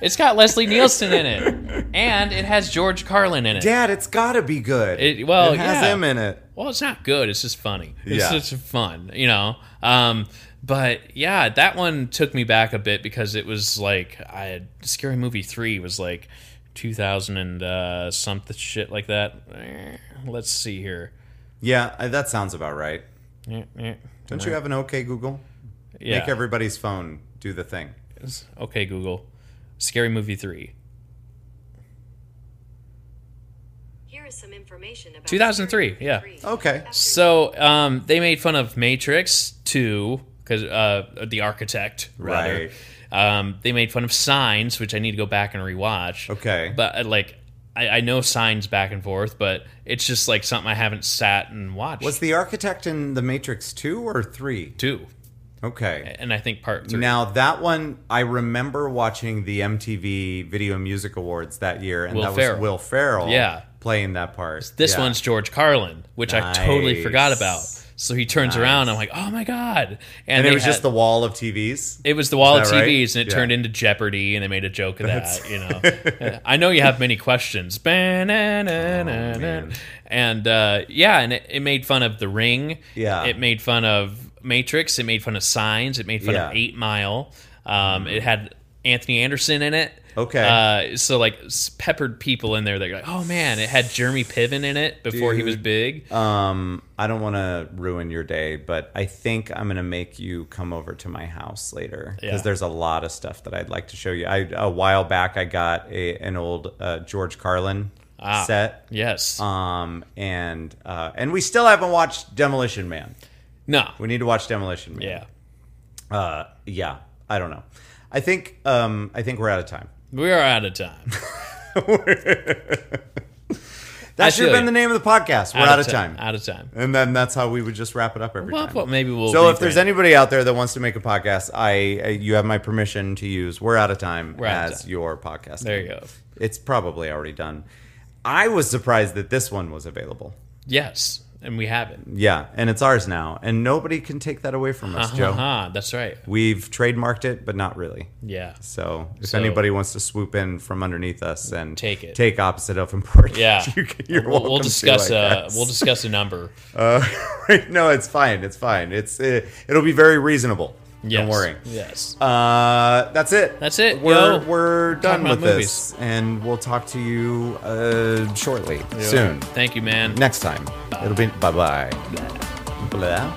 Speaker 1: "It's got Leslie Nielsen in it, and it has George Carlin in it."
Speaker 2: Dad, it's got to be good.
Speaker 1: It- well,
Speaker 2: it has
Speaker 1: yeah.
Speaker 2: him in it.
Speaker 1: well, it's not good. It's just funny. It's
Speaker 2: Yeah.
Speaker 1: just fun, you know. Um, but yeah, that one took me back a bit because it was like I had, Scary Movie three was like two thousand and uh, something shit like that. Eh, Let's see here.
Speaker 2: Yeah, I- that sounds about right.
Speaker 1: Eh, eh.
Speaker 2: Don't you have an OK Google?
Speaker 1: Yeah.
Speaker 2: Make everybody's phone do the thing.
Speaker 1: okay, Google. Scary Movie three.
Speaker 4: Here is some information about
Speaker 1: 2003, yeah.
Speaker 2: Okay.
Speaker 1: So um, they made fun of Matrix 2 because uh, the architect, rather.
Speaker 2: Right.
Speaker 1: Um, they made fun of Signs, which I need to go back and rewatch.
Speaker 2: Okay.
Speaker 1: But uh, like, I, I know Signs back and forth, but it's just like something I haven't sat and watched.
Speaker 2: Was the architect in The Matrix 2 or 3?
Speaker 1: two?
Speaker 2: Okay.
Speaker 1: And I think part three.
Speaker 2: Now, that one, I remember watching the MTV Video Music Awards that year, and
Speaker 1: Will
Speaker 2: that
Speaker 1: Ferrell.
Speaker 2: was Will Ferrell
Speaker 1: Yeah.
Speaker 2: playing that part.
Speaker 1: this
Speaker 2: Yeah.
Speaker 1: one's George Carlin, which I totally
Speaker 2: Nice.
Speaker 1: forgot about. So he turns around. I'm like, oh my god!
Speaker 2: And
Speaker 1: they
Speaker 2: it was
Speaker 1: had-
Speaker 2: just the wall of TVs.
Speaker 1: It was the wall of
Speaker 2: Is that right?
Speaker 1: TVs, and it
Speaker 2: Yeah.
Speaker 1: turned into Jeopardy, and they made a joke of that. You know, I know you have many questions, Ba-na-na-na-na.
Speaker 2: Oh, man.
Speaker 1: and uh, yeah, and it, it made fun of The Ring.
Speaker 2: Yeah.
Speaker 1: it made fun of Matrix. It made fun of Signs. It made fun of
Speaker 2: Yeah.
Speaker 1: Eight Mile. Um, It had Anthony Anderson in it.
Speaker 2: Okay.
Speaker 1: uh, so like s- peppered people in there. They're like, oh man, it had Jeremy Piven in it before he was
Speaker 2: Dude.
Speaker 1: big.
Speaker 2: Um, I don't want to ruin your day, but I think I'm gonna make you come over to my house later because
Speaker 1: Yeah.
Speaker 2: there's a lot of stuff that I'd like to show you. I a while back I got a an old uh, George Carlin
Speaker 1: Ah.
Speaker 2: set,
Speaker 1: yes,
Speaker 2: um, and uh, and we still haven't watched Demolition Man.
Speaker 1: no,
Speaker 2: We need to watch Demolition Man.
Speaker 1: yeah,
Speaker 2: Yeah, uh, yeah. I don't know. I think um, I think we're out of time.
Speaker 1: we are out of time.
Speaker 2: That should have
Speaker 1: feel
Speaker 2: been
Speaker 1: you.
Speaker 2: the name of the podcast. We're out, of time.
Speaker 1: Out of time.
Speaker 2: and then that's how we would just wrap it up every
Speaker 1: Well,
Speaker 2: time.
Speaker 1: well, maybe we'll.
Speaker 2: So if there's
Speaker 1: rebrand.
Speaker 2: anybody out there that wants to make a podcast, I uh, you have my permission to use "We're Out of Time"
Speaker 1: We're Out
Speaker 2: as
Speaker 1: of Time.
Speaker 2: your podcast.
Speaker 1: There you
Speaker 2: name.
Speaker 1: go.
Speaker 2: It's probably already done. I was surprised that this one was available.
Speaker 1: Yes, and we have it.
Speaker 2: Yeah, and it's ours now, and nobody can take that away from us, Joe.
Speaker 1: Uh-huh, that's right.
Speaker 2: We've trademarked it, but not really.
Speaker 1: Yeah.
Speaker 2: So if
Speaker 1: So-
Speaker 2: anybody wants to swoop in from underneath us and
Speaker 1: Take it.
Speaker 2: take opposite of important,
Speaker 1: Yeah.
Speaker 2: you can, you're
Speaker 1: we'll, we'll
Speaker 2: welcome to,
Speaker 1: discuss
Speaker 2: I
Speaker 1: uh
Speaker 2: guess.
Speaker 1: we'll discuss a number.
Speaker 2: Uh, right? No, it's fine. It's fine. It's it, it'll be very reasonable.
Speaker 1: Yes.
Speaker 2: Don't worry.
Speaker 1: Yes.
Speaker 2: Uh, that's it.
Speaker 1: That's it,
Speaker 2: We're
Speaker 1: yo.
Speaker 2: we're done
Speaker 1: about
Speaker 2: with this, and we'll talk to you uh, shortly, soon,
Speaker 1: Thank you, man.
Speaker 2: next time. It'll be bye bye. Blah.